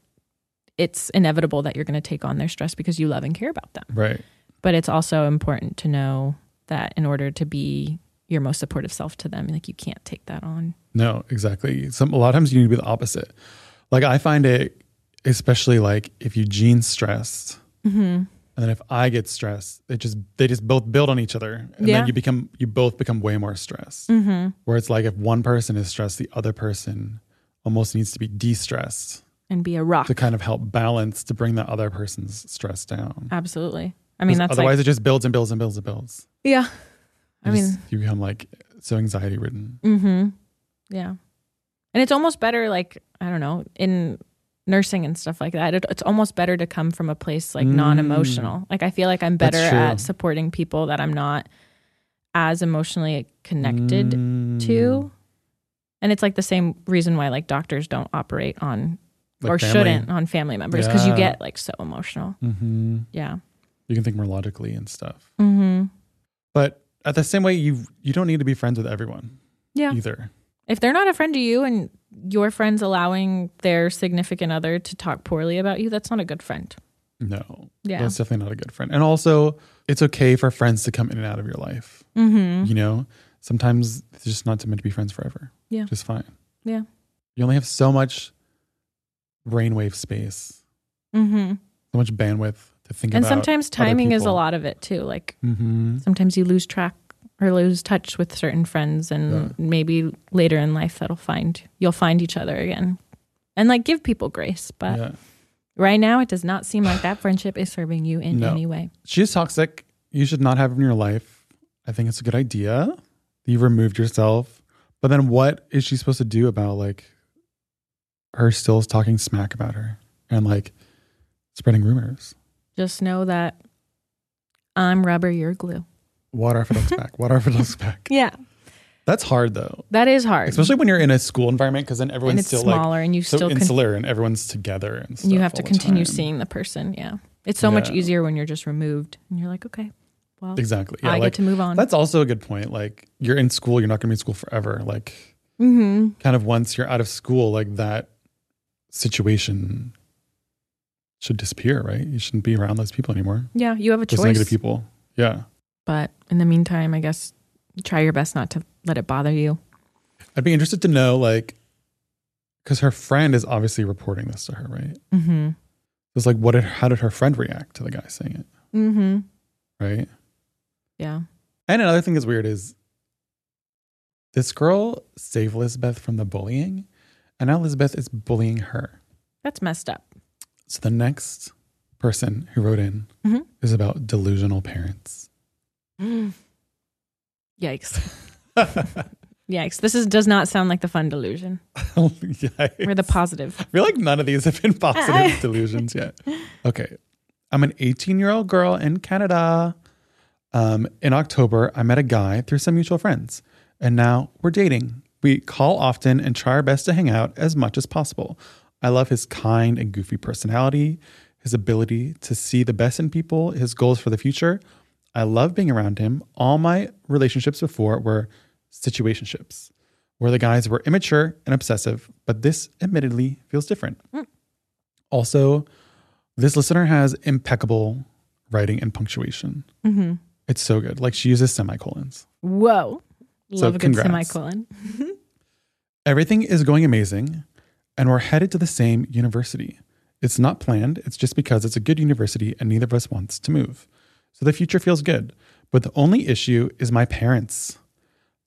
Speaker 3: it's inevitable that you're going to take on their stress because you love and care about them.
Speaker 2: Right.
Speaker 3: But it's also important to know that in order to be your most supportive self to them, like you can't take that on.
Speaker 2: No, exactly. Some a lot of times you need to be the opposite. Like I find it, especially like if Eugene's stressed,
Speaker 3: Mm-hmm.
Speaker 2: and then if I get stressed, it just they just both build on each other, and
Speaker 3: Yeah. Mm.
Speaker 2: then you become you both become way more stressed.
Speaker 3: Mm-hmm.
Speaker 2: Where it's like if one person is stressed, the other person almost needs to be de-stressed
Speaker 3: and be a rock.
Speaker 2: to kind of help balance to bring the other person's stress down.
Speaker 3: Absolutely. I mean,
Speaker 2: 'Cause
Speaker 3: that's
Speaker 2: otherwise it
Speaker 3: like,
Speaker 2: just builds and builds and builds and builds.
Speaker 3: yeah. I
Speaker 2: You
Speaker 3: mean,
Speaker 2: just- you become like so anxiety ridden.
Speaker 3: Mm-hmm. Yeah. And it's almost better, like, I don't know, in nursing and stuff like that, it, it's almost better to come from a place like
Speaker 2: Mm.
Speaker 3: non emotional. Like, I feel like I'm
Speaker 2: That's
Speaker 3: better
Speaker 2: true.
Speaker 3: at supporting people that I'm not as emotionally connected
Speaker 2: Mm.
Speaker 3: to. And it's like the same reason why like doctors don't operate on or shouldn't on family members because you
Speaker 2: Yeah.
Speaker 3: get like so emotional.
Speaker 2: hmm
Speaker 3: Yeah.
Speaker 2: You can think more logically and stuff.
Speaker 3: Mm-hmm.
Speaker 2: But at the same way, you you don't need to be friends with everyone
Speaker 3: Yeah.
Speaker 2: either.
Speaker 3: if they're not a friend to you and your friend's allowing their significant other to talk poorly about you, that's not a good friend.
Speaker 2: No,
Speaker 3: Yeah.
Speaker 2: that's definitely not a good friend. And also, it's okay for friends to come in and out of your life.
Speaker 3: Mm-hmm.
Speaker 2: You know, sometimes it's just not meant to be friends forever.
Speaker 3: Yeah.
Speaker 2: just fine.
Speaker 3: Yeah.
Speaker 2: You only have so much brainwave space,
Speaker 3: Mm-hmm.
Speaker 2: so much bandwidth to think
Speaker 3: And
Speaker 2: about.
Speaker 3: sometimes
Speaker 2: other
Speaker 3: timing is a
Speaker 2: people.
Speaker 3: lot of it too. Like
Speaker 2: Mhm.
Speaker 3: sometimes you lose track or lose touch with certain friends, and
Speaker 2: Yeah.
Speaker 3: maybe later in life that'll find you'll find each other again, and like give people grace. But
Speaker 2: Yeah.
Speaker 3: right now, it does not seem like that friendship is serving you in
Speaker 2: No.
Speaker 3: any way.
Speaker 2: She's toxic. You should not have her in your life. I think it's a good idea. that You've removed yourself. But then what is she supposed to do about like her still talking smack about her and like spreading rumors?
Speaker 3: Just know that I'm rubber, you're glue.
Speaker 2: Water for looks back. Water for looks back.
Speaker 3: Yeah,
Speaker 2: That's hard though.
Speaker 3: that is hard,
Speaker 2: Especially when you're in a school environment because then
Speaker 3: and
Speaker 2: everyone's
Speaker 3: it's
Speaker 2: still
Speaker 3: smaller,
Speaker 2: like
Speaker 3: and you
Speaker 2: so
Speaker 3: still con-
Speaker 2: insular and everyone's together and stuff
Speaker 3: and you have to
Speaker 2: all the
Speaker 3: continue
Speaker 2: time.
Speaker 3: seeing the person. Yeah, it's so much
Speaker 2: Yeah.
Speaker 3: easier when you're just removed, and you're like, okay, well,
Speaker 2: Exactly. Yeah,
Speaker 3: I
Speaker 2: like
Speaker 3: get to move on.
Speaker 2: that's also a good point. Like you're in school, you're not gonna be in school forever. Like
Speaker 3: mm-hmm.
Speaker 2: kind of once you're out of school, like that situation should disappear, right? You shouldn't be around those people anymore.
Speaker 3: Yeah, you have a
Speaker 2: Those
Speaker 3: choice.
Speaker 2: negative people. Yeah.
Speaker 3: But in the meantime, I guess try your best not to let it bother you.
Speaker 2: I'd be interested to know, like, because her friend is obviously reporting this to her, right?
Speaker 3: Mm-hmm.
Speaker 2: It's like, what? Did, how did her friend react to the guy saying it,
Speaker 3: Mm-hmm.
Speaker 2: right?
Speaker 3: Yeah.
Speaker 2: And another thing that's weird is this girl saved Elizabeth from the bullying, and now Elizabeth is bullying her.
Speaker 3: That's messed up.
Speaker 2: So the next person who wrote in
Speaker 3: Mhm.
Speaker 2: is about delusional parents. Mm.
Speaker 3: Yikes. Yikes. This is does not sound like the fun delusion
Speaker 2: Yikes.
Speaker 3: or the positive.
Speaker 2: I feel like none of these have been positive
Speaker 3: I-
Speaker 2: delusions yet. Okay. I'm an 18 year old girl in Canada. Um, in October, I met a guy through some mutual friends, and now we're dating. We call often and try our best to hang out as much as possible. I love his kind and goofy personality, his ability to see the best in people, his goals for the future. I love being around him. All my relationships before were situationships, where the guys were immature and obsessive, but this admittedly feels different. Also, this listener has impeccable writing and punctuation.
Speaker 3: Mm-hmm.
Speaker 2: It's so good. Like she uses semicolons.
Speaker 3: Whoa. Love
Speaker 2: So
Speaker 3: a good
Speaker 2: congrats.
Speaker 3: semicolon.
Speaker 2: Everything is going amazing, and we're headed to the same university. It's not planned, it's just because it's a good university and neither of us wants to move. So the future feels good. But the only issue is my parents.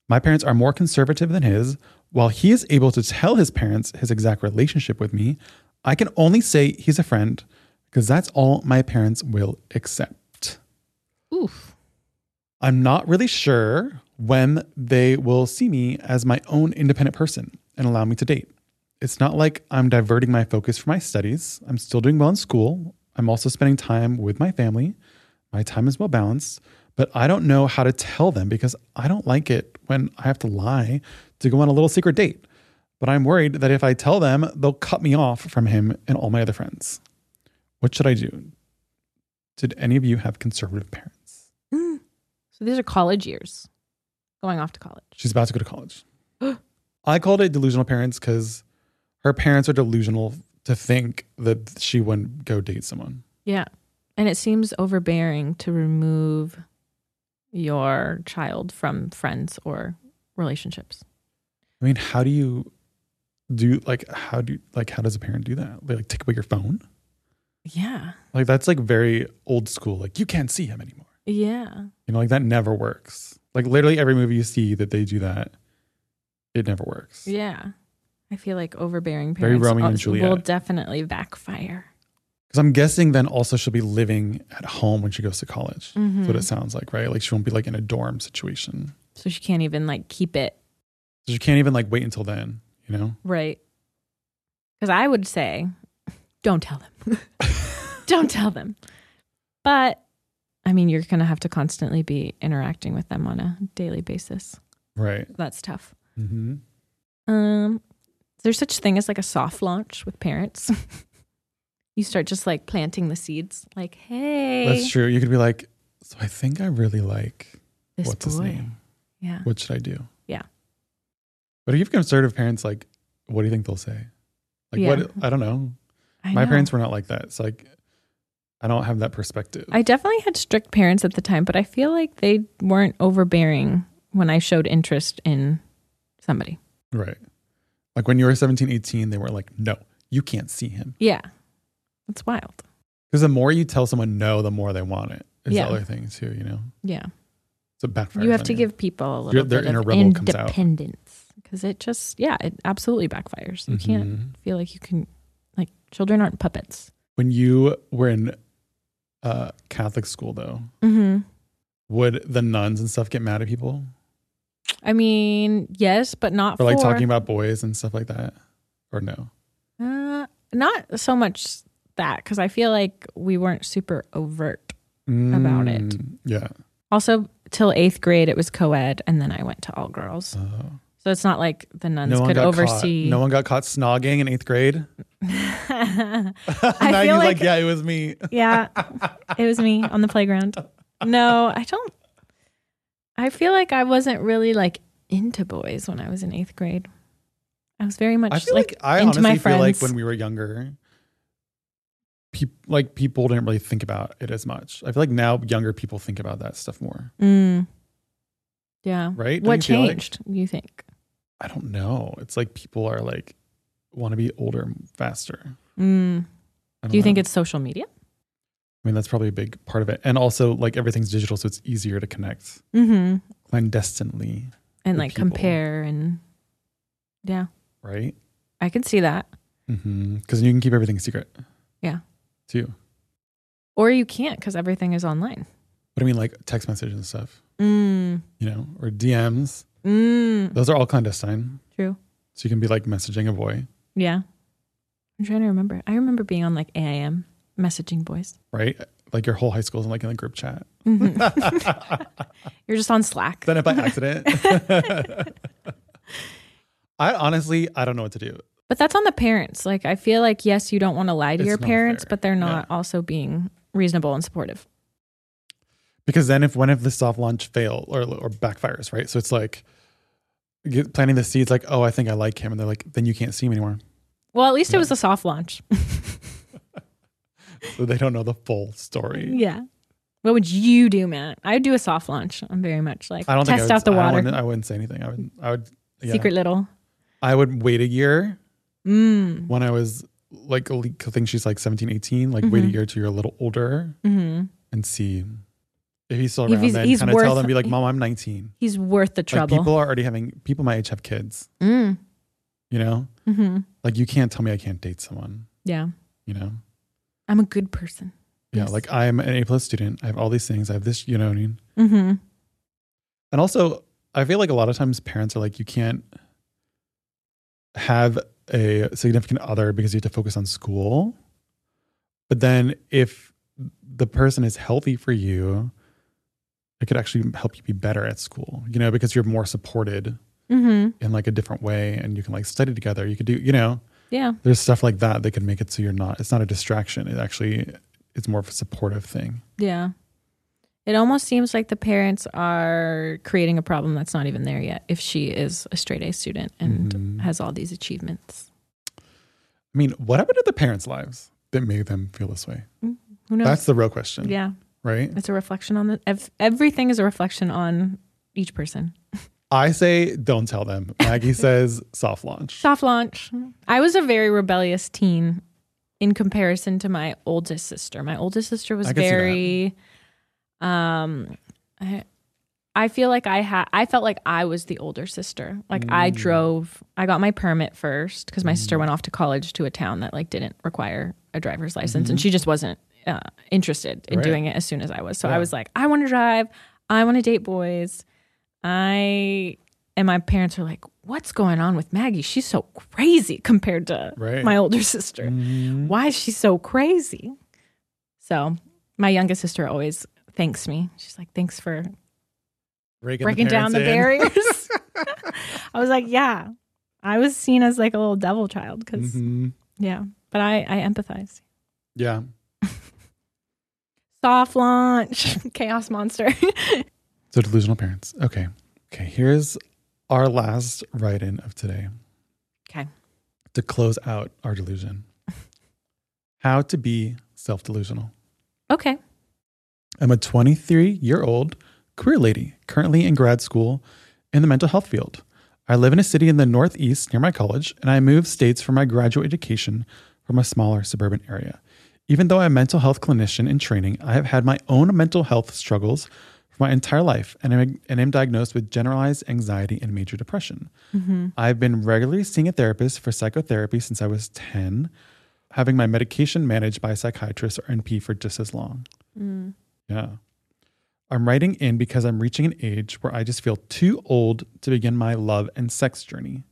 Speaker 2: My parents are more conservative than his. While he is able to tell his parents his exact relationship with me, I can only say he's a friend because that's all my parents will accept.
Speaker 3: Oof.
Speaker 2: I'm not really sure when they will see me as my own independent person and allow me to date. It's not like I'm diverting my focus from my studies. I'm still doing well in school. I'm also spending time with my family. My time is well balanced, but I don't know how to tell them because I don't like it when I have to lie to go on a little secret date. But I'm worried that if I tell them, they'll cut me off from him and all my other friends. What should I do? Did any of you have conservative parents?
Speaker 3: So these are college years, going off to college.
Speaker 2: She's about to go to college. I called it delusional parents because her parents are delusional to think that she wouldn't go date someone.
Speaker 3: Yeah. And it seems overbearing to remove your child from friends or relationships.
Speaker 2: I mean, how do you do like how do you like how does a parent do that? They like take away your phone?
Speaker 3: Yeah.
Speaker 2: Like that's like very old school. Like you can't see him anymore.
Speaker 3: Yeah.
Speaker 2: You know, like that never works. Like literally every movie you see that they do that, it never works.
Speaker 3: Yeah. I feel like overbearing
Speaker 2: Very
Speaker 3: parents
Speaker 2: Romeo and
Speaker 3: also will
Speaker 2: Juliet.
Speaker 3: definitely backfire.
Speaker 2: Because I'm guessing then also she'll be living at home when she goes to college. That's what
Speaker 3: Mm-hmm.
Speaker 2: it sounds like, right? Like she won't be like in a dorm situation.
Speaker 3: So she can't even like keep it
Speaker 2: So she can't even like wait until then, you know?
Speaker 3: Right. Because I would say, don't tell them. don't tell them. But I mean, you're going to have to constantly be interacting with them on a daily basis.
Speaker 2: Right.
Speaker 3: That's tough.
Speaker 2: Mm-hmm.
Speaker 3: Um, there's such thing as like a soft launch with parents. you start just like planting the seeds, like, hey,
Speaker 2: That's true. You could be like, so I think I really like
Speaker 3: this
Speaker 2: what's
Speaker 3: boy.
Speaker 2: his name?
Speaker 3: Yeah.
Speaker 2: What should I do?
Speaker 3: Yeah.
Speaker 2: But if you have conservative parents, like, what do you think they'll say? Like,
Speaker 3: Yeah.
Speaker 2: what? I don't know.
Speaker 3: I
Speaker 2: My
Speaker 3: know.
Speaker 2: parents were not like that. So, like, I don't have that perspective.
Speaker 3: I definitely had strict parents at the time, but I feel like they weren't overbearing when I showed interest in somebody.
Speaker 2: right. Like, when you were 17, 18, they were like, no, you can't see him.
Speaker 3: Yeah. That's wild.
Speaker 2: Because the more you tell someone no, the more they want it. Is
Speaker 3: Yeah.
Speaker 2: the other thing, too, you know?
Speaker 3: Yeah.
Speaker 2: It's a backfire.
Speaker 3: you have to give people a little
Speaker 2: Your- their
Speaker 3: bit
Speaker 2: inner
Speaker 3: of
Speaker 2: rebel comes out.
Speaker 3: independence because it just, yeah, it absolutely backfires. You can't
Speaker 2: Mm-hmm.
Speaker 3: feel like you can, like, children aren't puppets.
Speaker 2: When you were in uh, Catholic school, though,
Speaker 3: Mm-hmm.
Speaker 2: would the nuns and stuff get mad at people
Speaker 3: I mean, yes, but not
Speaker 2: for
Speaker 3: for,
Speaker 2: like talking about boys and stuff like that? Or no?
Speaker 3: uh, not so much that because I feel like we weren't super overt. About it.
Speaker 2: Mm, Yeah.
Speaker 3: Also, till eighth grade, it was co ed, and then I went to all girls.
Speaker 2: Oh.
Speaker 3: So it's not like the nuns
Speaker 2: no one
Speaker 3: could
Speaker 2: got
Speaker 3: oversee.
Speaker 2: Caught. No one got caught snogging in eighth grade.
Speaker 3: I
Speaker 2: now
Speaker 3: feel
Speaker 2: he's like,
Speaker 3: like-
Speaker 2: yeah, it was me.
Speaker 3: Yeah. It was me on the playground. No, I don't. I feel like I wasn't really like into boys when I was in eighth grade. I was very much
Speaker 2: I feel
Speaker 3: like,
Speaker 2: like, I
Speaker 3: into
Speaker 2: honestly
Speaker 3: my
Speaker 2: feel like
Speaker 3: friends.
Speaker 2: when we were younger, peop like people didn't really think about it as much. I feel like now younger people think about that stuff more.
Speaker 3: Mm. Yeah.
Speaker 2: Right? Don't
Speaker 3: What
Speaker 2: you feel like-
Speaker 3: changed, you think?
Speaker 2: I don't know. It's like people are like want to be older faster.
Speaker 3: Mm.
Speaker 2: I don't
Speaker 3: Do you think
Speaker 2: know.
Speaker 3: it's social media?
Speaker 2: I mean, that's probably a big part of it, and also like everything's digital, so it's easier to connect
Speaker 3: Mm-hmm.
Speaker 2: clandestinely,
Speaker 3: And
Speaker 2: The
Speaker 3: like
Speaker 2: people.
Speaker 3: compare and yeah,
Speaker 2: right?
Speaker 3: I can see that.
Speaker 2: Because you can keep everything secret.
Speaker 3: Yeah.
Speaker 2: Too.
Speaker 3: Or you can't because everything is online.
Speaker 2: But I mean, like text messages and stuff,
Speaker 3: Mm.
Speaker 2: you know, or DMs.
Speaker 3: Mm.
Speaker 2: Those are all clandestine.
Speaker 3: True.
Speaker 2: So you can be like messaging a boy,
Speaker 3: Yeah. I'm trying to remember. I remember being on like AIM messaging boys.
Speaker 2: right? Like your whole high school's like in the group chat.
Speaker 3: Mm-hmm. You're just on Slack.
Speaker 2: Then if by accident. I honestly, I don't know what to do.
Speaker 3: But that's on the parents. Like I feel like yes, you don't want to lie to
Speaker 2: It's
Speaker 3: your
Speaker 2: not
Speaker 3: parents,
Speaker 2: fair.
Speaker 3: but they're not also being reasonable and supportive.
Speaker 2: because then if one of the soft launch fail or or backfires, right? So it's like get, planting the seeds, like, oh, I think I like him, and they're like, then you can't see him anymore.
Speaker 3: Well, at least it was a soft launch.
Speaker 2: So they don't know the full story.
Speaker 3: yeah. What would you do, Matt? I would do a soft launch. I'm very much like
Speaker 2: I don't
Speaker 3: test
Speaker 2: think I would,
Speaker 3: out the
Speaker 2: I
Speaker 3: water.
Speaker 2: wouldn't, I wouldn't say anything. I would. I would. Yeah.
Speaker 3: Secret little.
Speaker 2: I would wait a year
Speaker 3: Mm.
Speaker 2: when I was like I think she's like 17, 18, like wait a year till you're a little older
Speaker 3: Mm-hmm.
Speaker 2: and see if he's still
Speaker 3: If
Speaker 2: around.
Speaker 3: he's-
Speaker 2: then
Speaker 3: he's
Speaker 2: kind of tell
Speaker 3: worth-
Speaker 2: them, be like, Mom, I'm 19.
Speaker 3: He's worth the
Speaker 2: Like,
Speaker 3: trouble.
Speaker 2: people are already having people my age have kids.
Speaker 3: mm.
Speaker 2: You know,
Speaker 3: hmm
Speaker 2: like you can't tell me I can't date someone.
Speaker 3: Yeah.
Speaker 2: You know,
Speaker 3: I'm a good person.
Speaker 2: yeah,
Speaker 3: Yes.
Speaker 2: like uh, I'm an A plus student. I have all these things. I have this. You know what I mean?
Speaker 3: Mm-hmm.
Speaker 2: And also, I feel like a lot of times parents are like, you can't have a significant other because you have to focus on school. But then, if the person is healthy for you, it could actually help you be better at school, you know, because you're more supported
Speaker 3: Mm-hmm.
Speaker 2: in like a different way and you can like study together. You could do, you know,
Speaker 3: Yeah.
Speaker 2: there's stuff like that that can make it so you're not, it's not a distraction. It actually, it's more of a supportive thing.
Speaker 3: Yeah. It almost seems like the parents are creating a problem that's not even there yet if she is a straight A student and
Speaker 2: Mhm.
Speaker 3: has all these achievements.
Speaker 2: I mean, what happened to the parents' lives that made them feel this way?
Speaker 3: Who knows?
Speaker 2: That's the real question.
Speaker 3: yeah.
Speaker 2: Right?
Speaker 3: It's a reflection on the ev- everything is a reflection on each person.
Speaker 2: I say don't tell them. Maggie says soft launch.
Speaker 3: Soft launch. I was a very rebellious teen in comparison to my oldest sister. My oldest sister was
Speaker 2: I can see that.
Speaker 3: very um I I feel like I had I felt like I was the older sister. Like
Speaker 2: Mm.
Speaker 3: I drove I got my permit first
Speaker 2: Mm-hmm.
Speaker 3: cuz my sister went off to college to a town that like didn't require a driver's license and she just wasn't uh, interested
Speaker 2: Mm-hmm.
Speaker 3: in
Speaker 2: Right.
Speaker 3: doing it as soon as I was. So I was like, I want to drive. I want to date boys. I and my parents are like, "What's going on with Maggie? She's so crazy compared to
Speaker 2: Right.
Speaker 3: my older sister.
Speaker 2: Mm-hmm.
Speaker 3: Why is she so crazy?" So, my youngest sister always thanks me. She's like, "Thanks for
Speaker 2: Breaking,
Speaker 3: breaking down the
Speaker 2: parents
Speaker 3: barriers." I was like, "Yeah." I was seen as like a little devil
Speaker 2: in.
Speaker 3: child because
Speaker 2: Mhm.
Speaker 3: yeah, but I I empathize.
Speaker 2: Yeah.
Speaker 3: Soft launch, chaos monster.
Speaker 2: So delusional parents. Okay. Okay. Here's our last write in of today
Speaker 3: okay.
Speaker 2: to close out our delusion How to be self delusional.
Speaker 3: Okay.
Speaker 2: I'm a 23 year old queer lady currently in grad school in the mental health field. I live in a city in the Northeast near my college, and I moved states for my graduate education from a smaller suburban area. Even though I'm a mental health clinician in training, I have had my own mental health struggles for my entire life and am, and am diagnosed with generalized anxiety and major depression. I've been regularly seeing a therapist for psychotherapy since I was 10, having my medication managed by a psychiatrist or NP for just as long. Yeah. I'm writing in because I'm reaching an age where I just feel too old to begin my love and sex journey.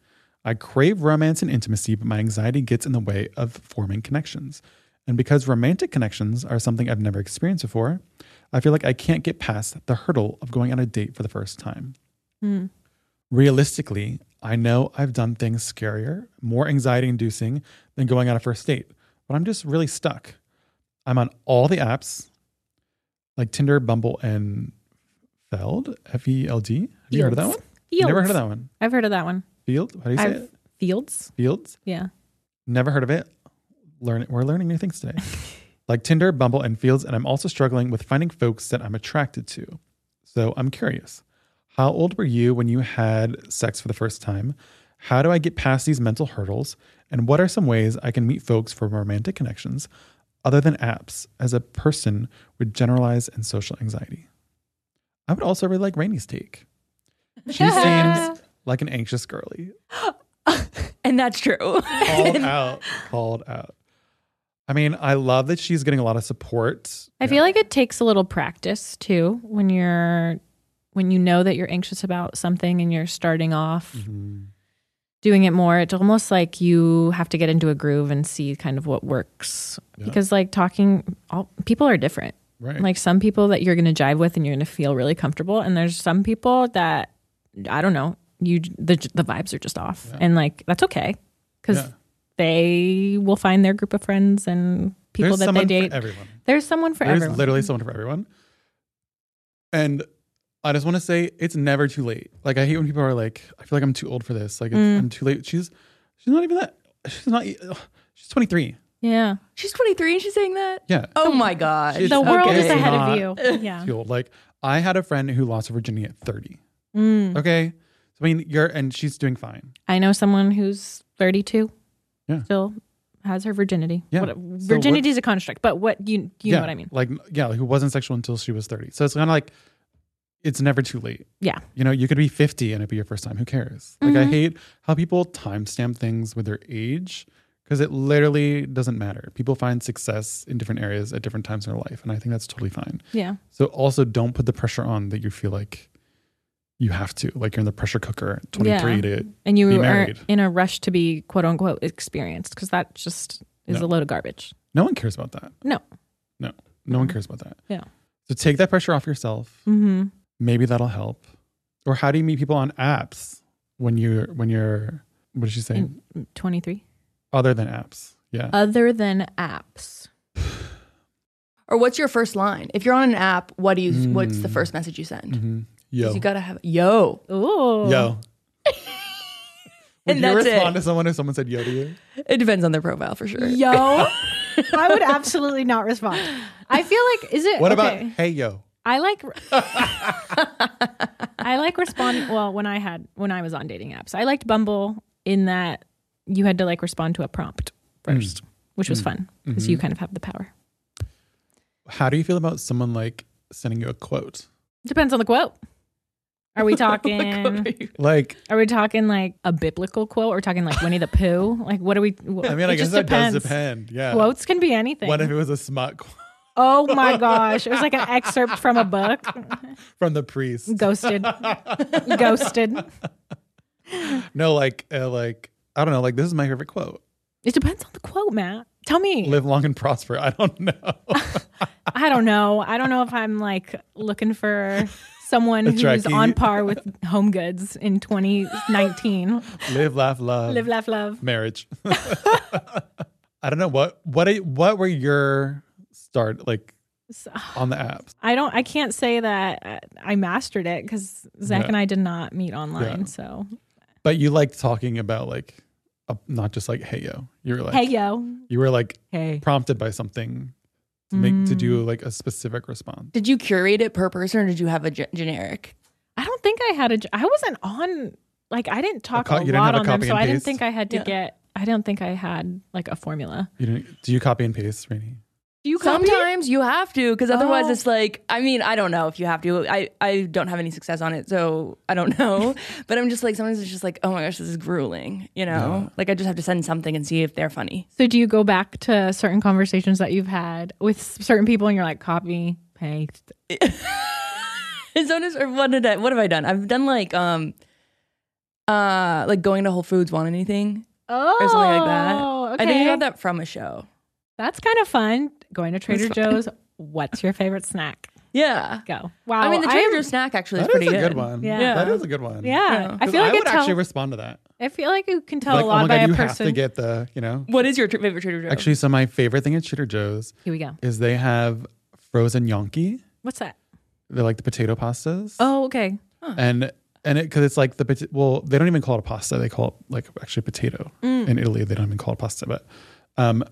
Speaker 2: I crave romance and intimacy, but my anxiety gets in the way of forming connections. And because romantic connections are something I've never experienced before, I feel like I can't get past the hurdle of going on a date for the first time.
Speaker 3: Hmm.
Speaker 2: Realistically, I know I've done things scarier, more anxiety inducing than going on a first date, but I'm just really stuck. I'm on all the apps, like Tinder, Bumble, and Feld, F E L D. Have you heard of that one?
Speaker 3: Fields.
Speaker 2: Never heard
Speaker 3: Fields.
Speaker 2: of that one.
Speaker 3: I've heard of that one.
Speaker 2: Field? How do you say
Speaker 3: I've-
Speaker 2: it?
Speaker 3: Fields.
Speaker 2: Fields?
Speaker 3: Yeah.
Speaker 2: Never heard of it. Learn We're learning new things today. like Tinder, Bumble, and Fields, and I'm also struggling with finding folks that I'm attracted to. So I'm curious. How old were you when you had sex for the first time? How do I get past these mental hurdles? And what are some ways I can meet folks for romantic connections other than apps as a person with generalized and social anxiety? I would also really like Rainey's take. She seems like an anxious girly
Speaker 4: And that's true.
Speaker 2: called out, called out. I mean, I love that she's getting a lot of support.
Speaker 3: I feel like it takes a little practice too when you're when you know that you're anxious about something and you're starting off
Speaker 2: Mm-hmm.
Speaker 3: doing it more. It's almost like you have to get into a groove and see kind of what works because like talking all people are different.
Speaker 2: Right.
Speaker 3: Like some people that you're going to jive with and you're going to feel really comfortable and there's some people that I don't know, you the the vibes are just off. And like that's okay cuz
Speaker 2: Yeah.
Speaker 3: they will find their group of friends and people
Speaker 2: There's
Speaker 3: that they
Speaker 2: someone
Speaker 3: date.
Speaker 2: For everyone.
Speaker 3: There's someone for
Speaker 2: There's
Speaker 3: everyone.
Speaker 2: literally someone for everyone. And I just want to say it's never too late. Like I hate when people are like, I feel like I'm too old for this. Like it's,
Speaker 3: Mm.
Speaker 2: I'm too late. She's she's not even that. She's not. e- ugh, She's 23.
Speaker 3: yeah.
Speaker 4: she's 23 and she's saying that.
Speaker 2: Yeah.
Speaker 4: Oh my god.
Speaker 2: She's
Speaker 3: the world
Speaker 2: okay.
Speaker 3: is ahead
Speaker 2: Not-
Speaker 3: of you. Yeah.
Speaker 2: Too old. Like I had a friend who lost her virginity at 30.
Speaker 3: Mm.
Speaker 2: Okay. So I mean, you're and she's doing fine.
Speaker 3: I know someone who's 32.
Speaker 2: Yeah.
Speaker 3: Still has her virginity.
Speaker 2: Yeah.
Speaker 3: What-
Speaker 2: So what-
Speaker 3: virginity is a construct, but what you you
Speaker 2: yeah,
Speaker 3: know what I mean?
Speaker 2: Like yeah, who wasn't sexual until she was 30. So it's kind of like it's never too late.
Speaker 3: Yeah. Mm-hmm.
Speaker 2: You know, you could be 50 and it'd be your first time. Who cares? Like I hate how people timestamp things with their age because it literally doesn't matter. People find success in different areas at different times in their life, and I think that's totally fine.
Speaker 3: Yeah.
Speaker 2: So also don't put the pressure on that you feel like you have to. Like you're in the pressure cooker at 23
Speaker 3: Yeah.
Speaker 2: to
Speaker 3: And you
Speaker 2: Be
Speaker 3: are
Speaker 2: married.
Speaker 3: in a rush to be quote unquote experienced because that just is
Speaker 2: No.
Speaker 3: a load of garbage.
Speaker 2: no one cares about that.
Speaker 3: No.
Speaker 2: No. No one cares about that.
Speaker 3: Yeah.
Speaker 2: So take that pressure off yourself.
Speaker 3: Mm-hmm.
Speaker 2: maybe that'll help or how do you meet people on apps when you're when you're what did she say
Speaker 4: Mm.
Speaker 3: Twenty three.
Speaker 2: other than apps yeah
Speaker 4: Uh,
Speaker 3: Other than apps.
Speaker 4: Or what's your first line? If you're on an app, what do you? What's the
Speaker 2: Mm.
Speaker 4: first message you send?
Speaker 2: mm-hmm.
Speaker 4: 'Cause
Speaker 2: yo
Speaker 4: You gotta have yo.
Speaker 3: Ooh.
Speaker 2: yo would
Speaker 4: And
Speaker 2: you
Speaker 4: that's it.
Speaker 2: respond to someone if someone said yo to you
Speaker 4: It depends on their profile for sure.
Speaker 3: Yo. I would absolutely not respond. I feel like is it
Speaker 2: what
Speaker 3: okay.
Speaker 2: about hey yo
Speaker 3: I like I like respond well when I had when I was on dating apps. I liked Bumble in that you had to like respond to a prompt first,
Speaker 2: Mm.
Speaker 3: which was fun because you kind of have the power.
Speaker 2: Mm-hmm. how do you feel about someone like sending you a quote
Speaker 3: Depends on the quote. Are we
Speaker 4: Oh
Speaker 3: talking
Speaker 2: like
Speaker 3: are we talking like a biblical quote or talking like Winnie the Pooh? Like what are we
Speaker 2: i mean i guess that does depend yeah
Speaker 3: Quotes can be anything.
Speaker 2: what if it was a smut quote
Speaker 3: oh my gosh. It was like an excerpt from a book.
Speaker 2: from the priest
Speaker 3: Ghosted. Ghosted.
Speaker 2: no like uh, like i don't know like this is my favorite quote
Speaker 3: It depends on the quote, Matt. Tell me.
Speaker 2: live long and prosper i don't know
Speaker 3: I don't know. I don't know if I'm like looking for someone
Speaker 2: A
Speaker 3: who's
Speaker 2: trackie.
Speaker 3: on par with Home Goods in 2019.
Speaker 2: live laugh love
Speaker 3: Live, laugh, love.
Speaker 2: marriage. I don't know what what are- what were your start like on the apps.
Speaker 3: I don't. I can't say that uh, I mastered it because Zach
Speaker 2: Yeah.
Speaker 3: and I did not meet online.
Speaker 2: Yeah.
Speaker 3: So
Speaker 2: But you like talking about like a, not just like hey yo. You were like
Speaker 3: hey yo,
Speaker 2: you were like
Speaker 3: hey. Mm.
Speaker 2: prompted by something to make to do like a specific response.
Speaker 4: Did you curate it per person, or did you have a ge- generic?
Speaker 3: I don't think I had a. j- I wasn't on. Like I didn't talk
Speaker 2: co-
Speaker 3: a
Speaker 2: you didn't have
Speaker 3: lot
Speaker 2: a
Speaker 3: on them,
Speaker 2: copy
Speaker 3: so
Speaker 2: and
Speaker 3: I didn't
Speaker 2: paste?
Speaker 3: think I had to
Speaker 4: Yeah.
Speaker 3: get. I don't think I had like a formula.
Speaker 2: You didn't, do you copy and paste, Rainy?
Speaker 3: Do you copy?
Speaker 4: Sometimes you have to, because otherwise
Speaker 3: Oh.
Speaker 4: it's like, I mean, I don't know if you have to. I, I don't have any success on it, so I don't know. but I'm just like, sometimes it's just like, oh my gosh, this is grueling, you know? Like, I just have to send something and see if they're funny.
Speaker 3: So do you go back to certain conversations that you've had with s- certain people, and you're like copy paste?
Speaker 4: And so does, or what did I, what have I done? I've done like, um, uh, like going to Whole Foods, want anything
Speaker 3: Oh,
Speaker 4: or something like that.
Speaker 3: Okay.
Speaker 4: I think I got that from a show.
Speaker 3: That's kind of fun. Going to Trader Joe's. What's your favorite snack?
Speaker 4: Yeah.
Speaker 3: Go. Wow.
Speaker 4: I mean, the Trader
Speaker 3: am-
Speaker 4: Joe's snack actually is
Speaker 2: That is
Speaker 4: pretty
Speaker 2: a good one.
Speaker 3: Yeah.
Speaker 2: That is a good one.
Speaker 3: Yeah,
Speaker 4: Yeah.
Speaker 3: I
Speaker 2: 'Cause
Speaker 3: feel like
Speaker 2: would
Speaker 3: it tell,
Speaker 2: actually respond to that.
Speaker 3: I feel like you can tell
Speaker 2: like,
Speaker 3: a lot
Speaker 2: oh my
Speaker 3: by
Speaker 2: god,
Speaker 3: a
Speaker 2: you have
Speaker 3: person.
Speaker 2: to get the, you know.
Speaker 4: What is your tr- favorite Trader Joe's?
Speaker 2: Actually, so my favorite thing at Trader Joe's
Speaker 3: Here we go.
Speaker 2: is they have frozen yonki.
Speaker 3: What's that?
Speaker 2: They're like the potato pastas.
Speaker 3: Oh, okay.
Speaker 2: and and it because it's like the pota- well they don't even call it a pasta they call it like actually potato
Speaker 3: Mm.
Speaker 2: in Italy they don't even call it pasta but um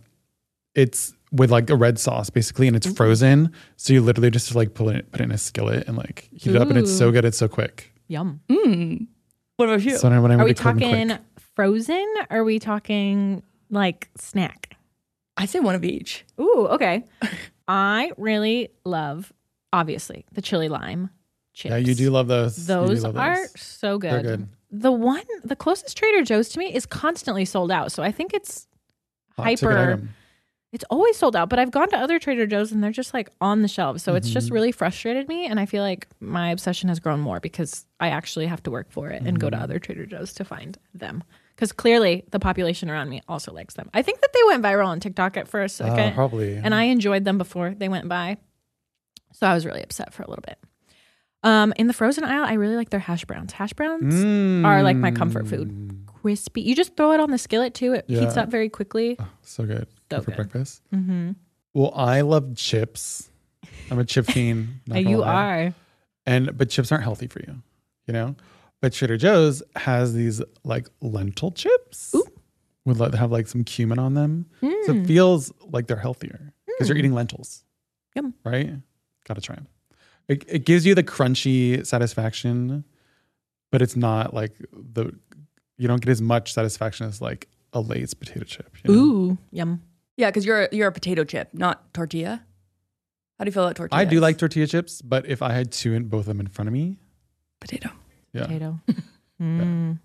Speaker 2: it's with like a red sauce basically and it's
Speaker 3: Mm.
Speaker 2: frozen so you literally just like put it put it in a skillet and like heat it up and it's so good it's so quick
Speaker 3: Yum.
Speaker 4: Hmm. what about you?
Speaker 2: so when I, when I
Speaker 3: Are
Speaker 2: went
Speaker 3: we
Speaker 2: to Cold and
Speaker 3: talking
Speaker 2: Quick-
Speaker 3: frozen? Are we talking like snack?
Speaker 4: I say one of each.
Speaker 3: Ooh, okay. I really love, obviously, the chili lime chips.
Speaker 2: yeah you do love those You do
Speaker 3: Those
Speaker 2: love
Speaker 3: are
Speaker 2: those.
Speaker 3: so
Speaker 2: They're
Speaker 3: good.
Speaker 2: good.
Speaker 3: The one, the closest Trader Joe's to me is constantly sold out. So I think it's
Speaker 2: Hot ticket
Speaker 3: hyper-
Speaker 2: item.
Speaker 3: it's always sold out. But I've gone to other Trader Joe's and they're just like on the shelves. So it's
Speaker 2: Mm-hmm.
Speaker 3: just really frustrated me, and I feel like my obsession has grown more because I actually have to work for it and go
Speaker 2: Mm-hmm.
Speaker 3: to other Trader Joe's to find them. Because clearly the population around me also likes them. I think that they went viral on TikTok at for a
Speaker 2: Uh,
Speaker 3: second
Speaker 2: probably
Speaker 3: and I enjoyed them before they went by. So I was really upset for a little bit. Um, in the frozen aisle, I really like their hash browns. Hash browns are like my comfort
Speaker 2: Mm.
Speaker 3: food. Crispy. You just throw it on the skillet too. It heats
Speaker 2: Yeah.
Speaker 3: up very quickly.
Speaker 2: Ah, so good
Speaker 3: So
Speaker 2: for
Speaker 3: good.
Speaker 2: breakfast mm-hmm. well I love chips I'm a chip fiend not gonna
Speaker 3: you
Speaker 2: lie.
Speaker 3: are.
Speaker 2: and but chips aren't healthy for you, you know. But Trader Joe's has these like lentil chips with like have like some cumin on them, so
Speaker 3: Hmm. Mm.
Speaker 2: it feels like they're healthier because you're eating lentils.
Speaker 3: Yum.
Speaker 2: Right? Got to try them. It, it gives you the crunchy satisfaction, but it's not like the you don't get as much satisfaction as like a Lay's potato chip. you know?
Speaker 3: Ooh, yum.
Speaker 4: Yeah, because you're a, you're a potato chip, not tortilla. How do you feel about tortilla?
Speaker 2: I do like tortilla chips, but if I had two and both of them in front of me,
Speaker 4: potato.
Speaker 2: Yeah.
Speaker 3: Potato. Mm,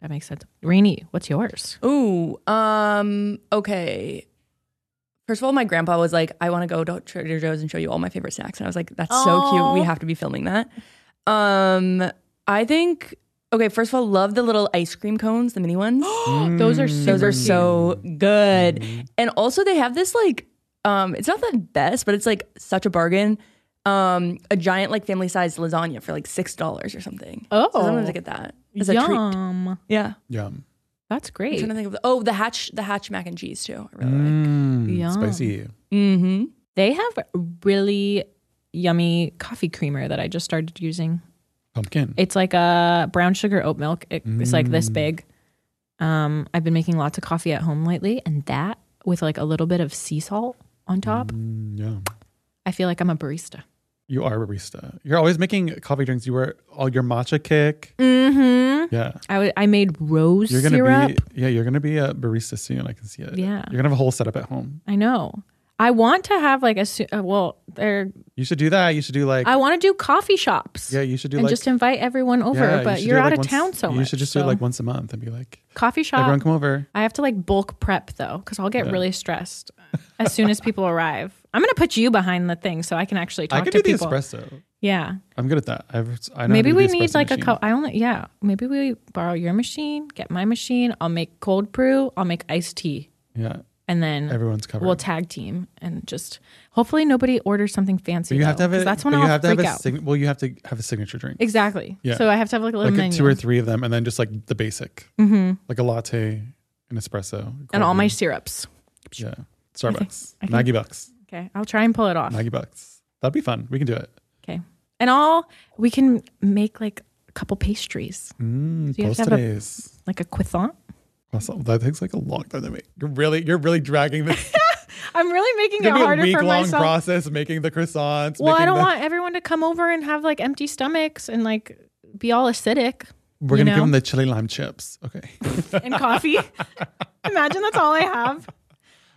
Speaker 3: That makes sense. Rainy, what's yours?
Speaker 4: Ooh, um, okay. First of all, my grandpa was like, I want to go to Trader Joe's and show you all my favorite snacks. And I was like, that's so cute. We have to be filming that. Um, I think, okay, first of all, love the little ice cream cones, the mini ones.
Speaker 3: Those are
Speaker 2: mm,
Speaker 3: super
Speaker 4: Those are
Speaker 3: cute.
Speaker 4: so good. And also they have this like um it's not the best, but it's like such a bargain. Um a giant like family sized lasagna for like six dollars or something.
Speaker 3: Oh.
Speaker 4: So sometimes I get that. As a treat.
Speaker 3: yum.
Speaker 4: Yeah.
Speaker 2: yeah,
Speaker 3: That's
Speaker 4: I'm
Speaker 3: great.
Speaker 4: trying to think of the, oh the hatch the hatch mac and cheese too. I really like.
Speaker 2: Mm,
Speaker 3: Yum.
Speaker 2: spicy.
Speaker 4: Mm-hmm.
Speaker 3: They have really yummy coffee creamer that I just started using.
Speaker 2: Pumpkin.
Speaker 3: It's like a brown sugar oat milk. It- It's like
Speaker 2: Mm.
Speaker 3: this big. Um, I've been making lots of coffee at home lately, and that with like a little bit of sea salt on top.
Speaker 2: Mm, yeah,
Speaker 3: I feel like I'm a barista.
Speaker 2: you are a barista. You're always making coffee drinks. You were all your matcha kick.
Speaker 3: Mm-hmm.
Speaker 2: Yeah,
Speaker 3: I, w- I made rose
Speaker 2: you're gonna
Speaker 3: syrup.
Speaker 2: be. Yeah, you're gonna be a barista soon. I can see it.
Speaker 3: Yeah.
Speaker 2: you're gonna have a whole setup at home.
Speaker 3: I know. I want to have like a su- uh, well, there.
Speaker 2: You should do that. You should do like.
Speaker 3: I want to do coffee shops.
Speaker 2: yeah, you should do
Speaker 3: and
Speaker 2: like.
Speaker 3: just invite everyone over.
Speaker 2: yeah, you
Speaker 3: but
Speaker 2: should
Speaker 3: you are
Speaker 2: do it,
Speaker 3: out
Speaker 2: like,
Speaker 3: of
Speaker 2: once-
Speaker 3: town so much.
Speaker 2: You should just do
Speaker 3: so-
Speaker 2: it like once a month and be like,
Speaker 3: coffee shop.
Speaker 2: everyone come over.
Speaker 3: I have to like bulk prep though, because I'll get really stressed as soon as people arrive. I'm gonna put you behind the thing so I can actually talk
Speaker 2: I could
Speaker 3: to
Speaker 2: do the
Speaker 3: people.
Speaker 2: espresso.
Speaker 3: Yeah,
Speaker 2: I'm good at that. I've, I know how to
Speaker 3: maybe
Speaker 2: do
Speaker 3: we
Speaker 2: the espresso
Speaker 3: need like a
Speaker 2: machine.
Speaker 3: co- I only yeah. Maybe we borrow your machine, get my machine. I'll make cold brew. I'll make iced tea,
Speaker 2: Yeah,
Speaker 3: and then
Speaker 2: everyone's covered.
Speaker 3: we'll tag team and just hopefully nobody orders something fancy.
Speaker 2: But you
Speaker 3: though,
Speaker 2: have to have
Speaker 3: 'cause
Speaker 2: it.
Speaker 3: That's when
Speaker 2: but
Speaker 3: I'll
Speaker 2: you have to have
Speaker 3: freak
Speaker 2: a
Speaker 3: out.
Speaker 2: sign- well, you have to have a signature drink.
Speaker 3: exactly.
Speaker 2: Yeah.
Speaker 3: So I have to have like a little
Speaker 2: like a
Speaker 3: menu.
Speaker 2: two or three of them, and then just like the basic,
Speaker 3: Mhm.
Speaker 2: like a latte, an espresso, cold
Speaker 3: and all my
Speaker 2: brew.
Speaker 3: syrups.
Speaker 2: yeah, Starbucks,
Speaker 3: I think-
Speaker 2: Maggie bucks,
Speaker 3: Okay, I'll try and pull it off.
Speaker 2: Maggie bucks. That'd be fun. We can do it.
Speaker 3: Okay. And all we can make like a couple pastries,
Speaker 2: Mm,
Speaker 3: So you have to have a-
Speaker 2: Postmates.
Speaker 3: like a croissant.
Speaker 2: Awesome. That takes like a long time to make. You're really, you're really dragging this.
Speaker 3: I'm really
Speaker 2: It's
Speaker 3: making it
Speaker 2: gonna be a
Speaker 3: harder
Speaker 2: week
Speaker 3: for
Speaker 2: long
Speaker 3: myself.
Speaker 2: process making the croissants.
Speaker 3: well, I
Speaker 2: making
Speaker 3: don't
Speaker 2: the-
Speaker 3: want everyone to come over and have like empty stomachs and like be all acidic
Speaker 2: We're
Speaker 3: you
Speaker 2: gonna give
Speaker 3: know?
Speaker 2: them the chili lime chips. Okay.
Speaker 3: and coffee. Imagine that's all I have.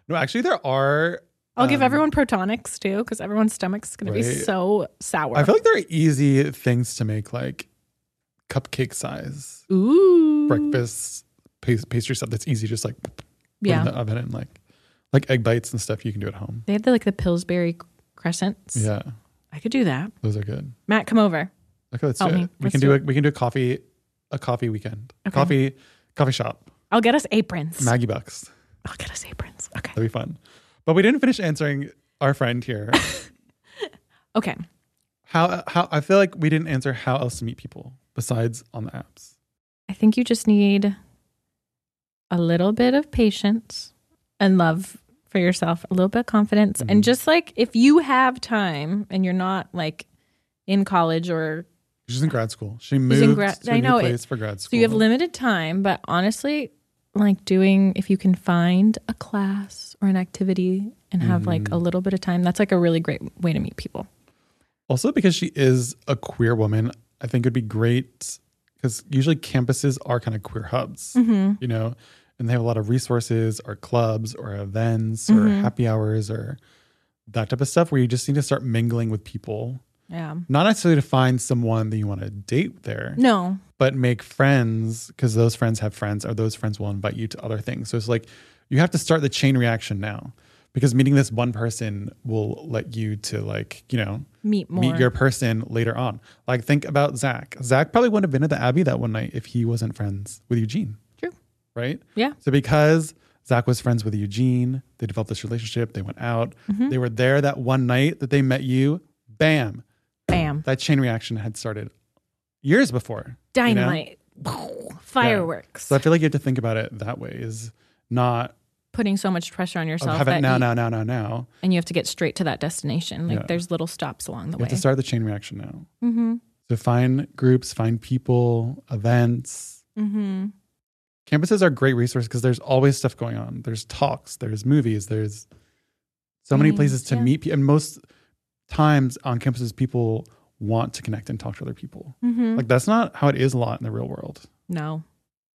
Speaker 2: no, actually, there are. um,
Speaker 3: I'll give everyone protonics too, because everyone's stomach's gonna be
Speaker 2: Right.
Speaker 3: so sour.
Speaker 2: I feel like there are easy things to make, like cupcake size.
Speaker 3: Ooh,
Speaker 2: breakfast pas- pastry stuff that's easy, just like put
Speaker 3: Yeah.
Speaker 2: in the oven and like like egg bites and stuff you can do at home.
Speaker 3: They had the, like the Pillsbury crescents.
Speaker 2: Yeah,
Speaker 3: I could do that.
Speaker 2: those are good.
Speaker 3: Matt, come over.
Speaker 2: Okay, let's
Speaker 3: Help
Speaker 2: do it.
Speaker 3: me.
Speaker 2: We
Speaker 3: Oh, Let's
Speaker 2: can
Speaker 3: do
Speaker 2: do a,
Speaker 3: it.
Speaker 2: we can do a coffee a coffee weekend. Coffee coffee shop.
Speaker 3: I'll get us aprons.
Speaker 2: Maggie bucks.
Speaker 3: I'll get us aprons. Okay.
Speaker 2: That'd be fun. But we didn't finish answering our friend here.
Speaker 3: Okay.
Speaker 2: how how I feel like we didn't answer how else to meet people besides on the apps.
Speaker 3: I think you just need a little bit of patience and love for yourself, a little bit of confidence.
Speaker 2: Mm-hmm.
Speaker 3: And just like if you have time and you're not like in college or
Speaker 2: She's in grad school. She
Speaker 3: who's
Speaker 2: moved
Speaker 3: in grad,
Speaker 2: to a
Speaker 3: I know
Speaker 2: new
Speaker 3: it-
Speaker 2: place for grad school.
Speaker 3: So you have limited time, but honestly, like doing if you can find a class or an activity and have
Speaker 2: Mm-hmm.
Speaker 3: like a little bit of time, that's like a really great way to meet people.
Speaker 2: Also, because she is a queer woman, I think it'd be great because usually campuses are kind of queer hubs, you know, and they have a lot of resources or clubs or events or happy hours or that type of stuff where you just need to start mingling with people.
Speaker 3: Yeah.
Speaker 2: Not necessarily to find someone that you want to date there,
Speaker 3: No.
Speaker 2: but make friends because those friends have friends or those friends will invite you to other things. So it's like you have to start the chain reaction now because meeting this one person will let you to like, you know,
Speaker 3: Meet more.
Speaker 2: meet your person later on. Like think about Zach. Zach probably wouldn't have been at the Abbey that one night if he wasn't friends with Eugene.
Speaker 3: True.
Speaker 2: Right?
Speaker 3: Yeah.
Speaker 2: So because Zach was friends with Eugene, they developed this relationship, they went out,
Speaker 3: Mm-hmm.
Speaker 2: they were there that one night that they met you, bam.
Speaker 3: Bam.
Speaker 2: That chain reaction had started years before. you know?
Speaker 3: Dynamite. Fireworks.
Speaker 2: So I feel like you have to think about it that way is not
Speaker 3: Putting so much pressure on
Speaker 2: oh,
Speaker 3: yourself.
Speaker 2: have it
Speaker 3: that
Speaker 2: now,
Speaker 3: you-
Speaker 2: now, now, now, now.
Speaker 3: and you have to get straight to that destination. Like
Speaker 2: Yeah.
Speaker 3: there's little stops along the
Speaker 2: You have to
Speaker 3: way.
Speaker 2: start the chain reaction now.
Speaker 3: mm-hmm.
Speaker 2: So find groups, find people, events,
Speaker 3: Mm-hmm.
Speaker 2: campuses are great resources because there's always stuff going on. There's talks, there's movies, there's so many places
Speaker 3: Things,
Speaker 2: to
Speaker 3: Mm, yeah.
Speaker 2: meet people. And most times on campuses, people want to connect and talk to other people.
Speaker 3: Mm-hmm.
Speaker 2: Like that's not how it is a lot in the real world.
Speaker 3: no.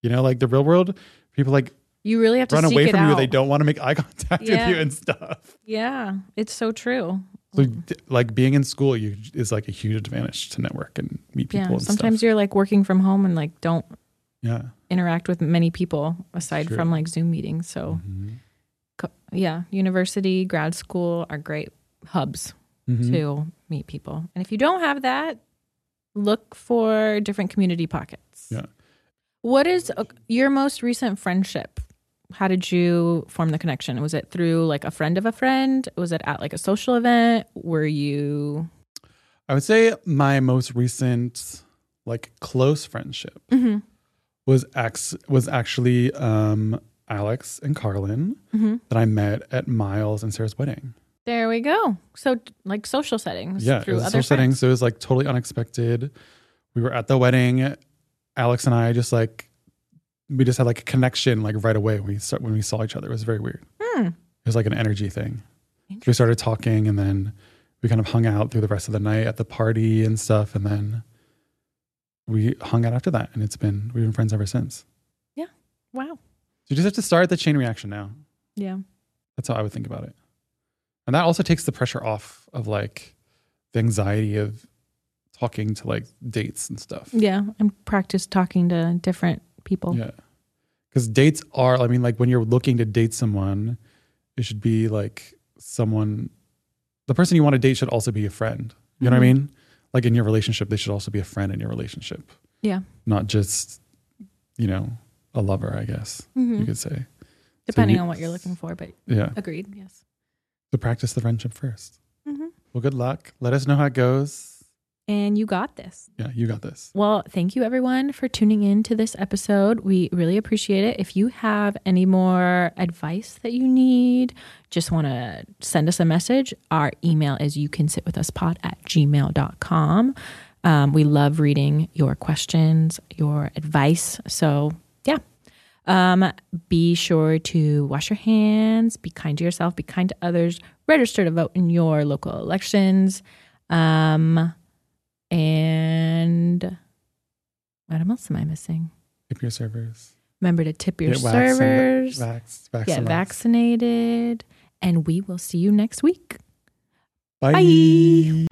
Speaker 2: You know, like the real world, people like
Speaker 3: You really have to
Speaker 2: run
Speaker 3: seek
Speaker 2: away
Speaker 3: it
Speaker 2: from you.
Speaker 3: out.
Speaker 2: They don't want to make eye contact
Speaker 3: Yeah.
Speaker 2: with you and stuff.
Speaker 3: Yeah, it's so true.
Speaker 2: So, d- like being in school, you is like a huge advantage to network and meet people.
Speaker 3: yeah,
Speaker 2: and
Speaker 3: sometimes
Speaker 2: stuff.
Speaker 3: you're like working from home and like don't
Speaker 2: yeah.
Speaker 3: interact with many people aside
Speaker 2: True. Mm.
Speaker 3: from like Zoom meetings. So,
Speaker 2: Mm-hmm.
Speaker 3: co- yeah, university, grad school are great hubs
Speaker 2: Mhm.
Speaker 3: to meet people. And if you don't have that, look for different community pockets.
Speaker 2: Yeah.
Speaker 3: What is uh, your most recent friendship? How did you form the connection? Was it through like a friend of a friend? Was it at like a social event? Were you
Speaker 2: I would say my most recent like close friendship
Speaker 3: Mhm.
Speaker 2: was ex- was actually um, Alex and Carlin that I met at Miles and Sarah's wedding.
Speaker 3: There we go. So t- like social settings
Speaker 2: yeah, it
Speaker 3: through
Speaker 2: was a
Speaker 3: other
Speaker 2: social setting,
Speaker 3: friends.
Speaker 2: so it was like totally unexpected. We were at the wedding. Alex and I just like we just had like a connection like right away when we start when we saw each other. It was very weird.
Speaker 3: Hmm.
Speaker 2: It was like an energy thing. So we started talking and then we kind of hung out through the rest of the night at the party and stuff and then we hung out after that and it's been we've been friends ever since.
Speaker 3: Wow.
Speaker 2: So you just have to start the chain reaction now.
Speaker 3: Yeah.
Speaker 2: That's how I would think about it. And that also takes the pressure off of like the anxiety of talking to like dates and stuff.
Speaker 3: Yeah. And practice talking to different people.
Speaker 2: Yeah. Because dates are, I mean, like when you're looking to date someone, it should be like someone, the person you want to date should also be a friend. You know what I
Speaker 3: Mm-hmm.
Speaker 2: mean? Like in your relationship, they should also be a friend in your relationship,
Speaker 3: Yeah.
Speaker 2: not just, you know, a lover, I guess
Speaker 3: Mm-hmm.
Speaker 2: you could say.
Speaker 3: Depending
Speaker 2: you-
Speaker 3: on what you're looking for, but
Speaker 2: Yeah.
Speaker 3: agreed. Yes.
Speaker 2: So practice the friendship first.
Speaker 3: Mhm.
Speaker 2: Well, good luck. Let us know how it goes.
Speaker 3: And you got this.
Speaker 2: Yeah, you got this.
Speaker 3: Well, thank you everyone for tuning in to this episode. We really appreciate it. If you have any more advice that you need, just want to send us a message, our email is you can sit with us pod at gmail.com. Um, we love reading your questions, your advice. So, yeah. Um, be sure to wash your hands, be kind to yourself, be kind to others, register to vote in your local elections. Um, and what else am I missing?
Speaker 2: Tip your servers.
Speaker 3: Remember to tip your
Speaker 2: Get waxed and-
Speaker 3: servers,
Speaker 2: Vax, vax,
Speaker 3: get
Speaker 2: and vax.
Speaker 3: vaccinated, and we will see you next week.
Speaker 2: Bye.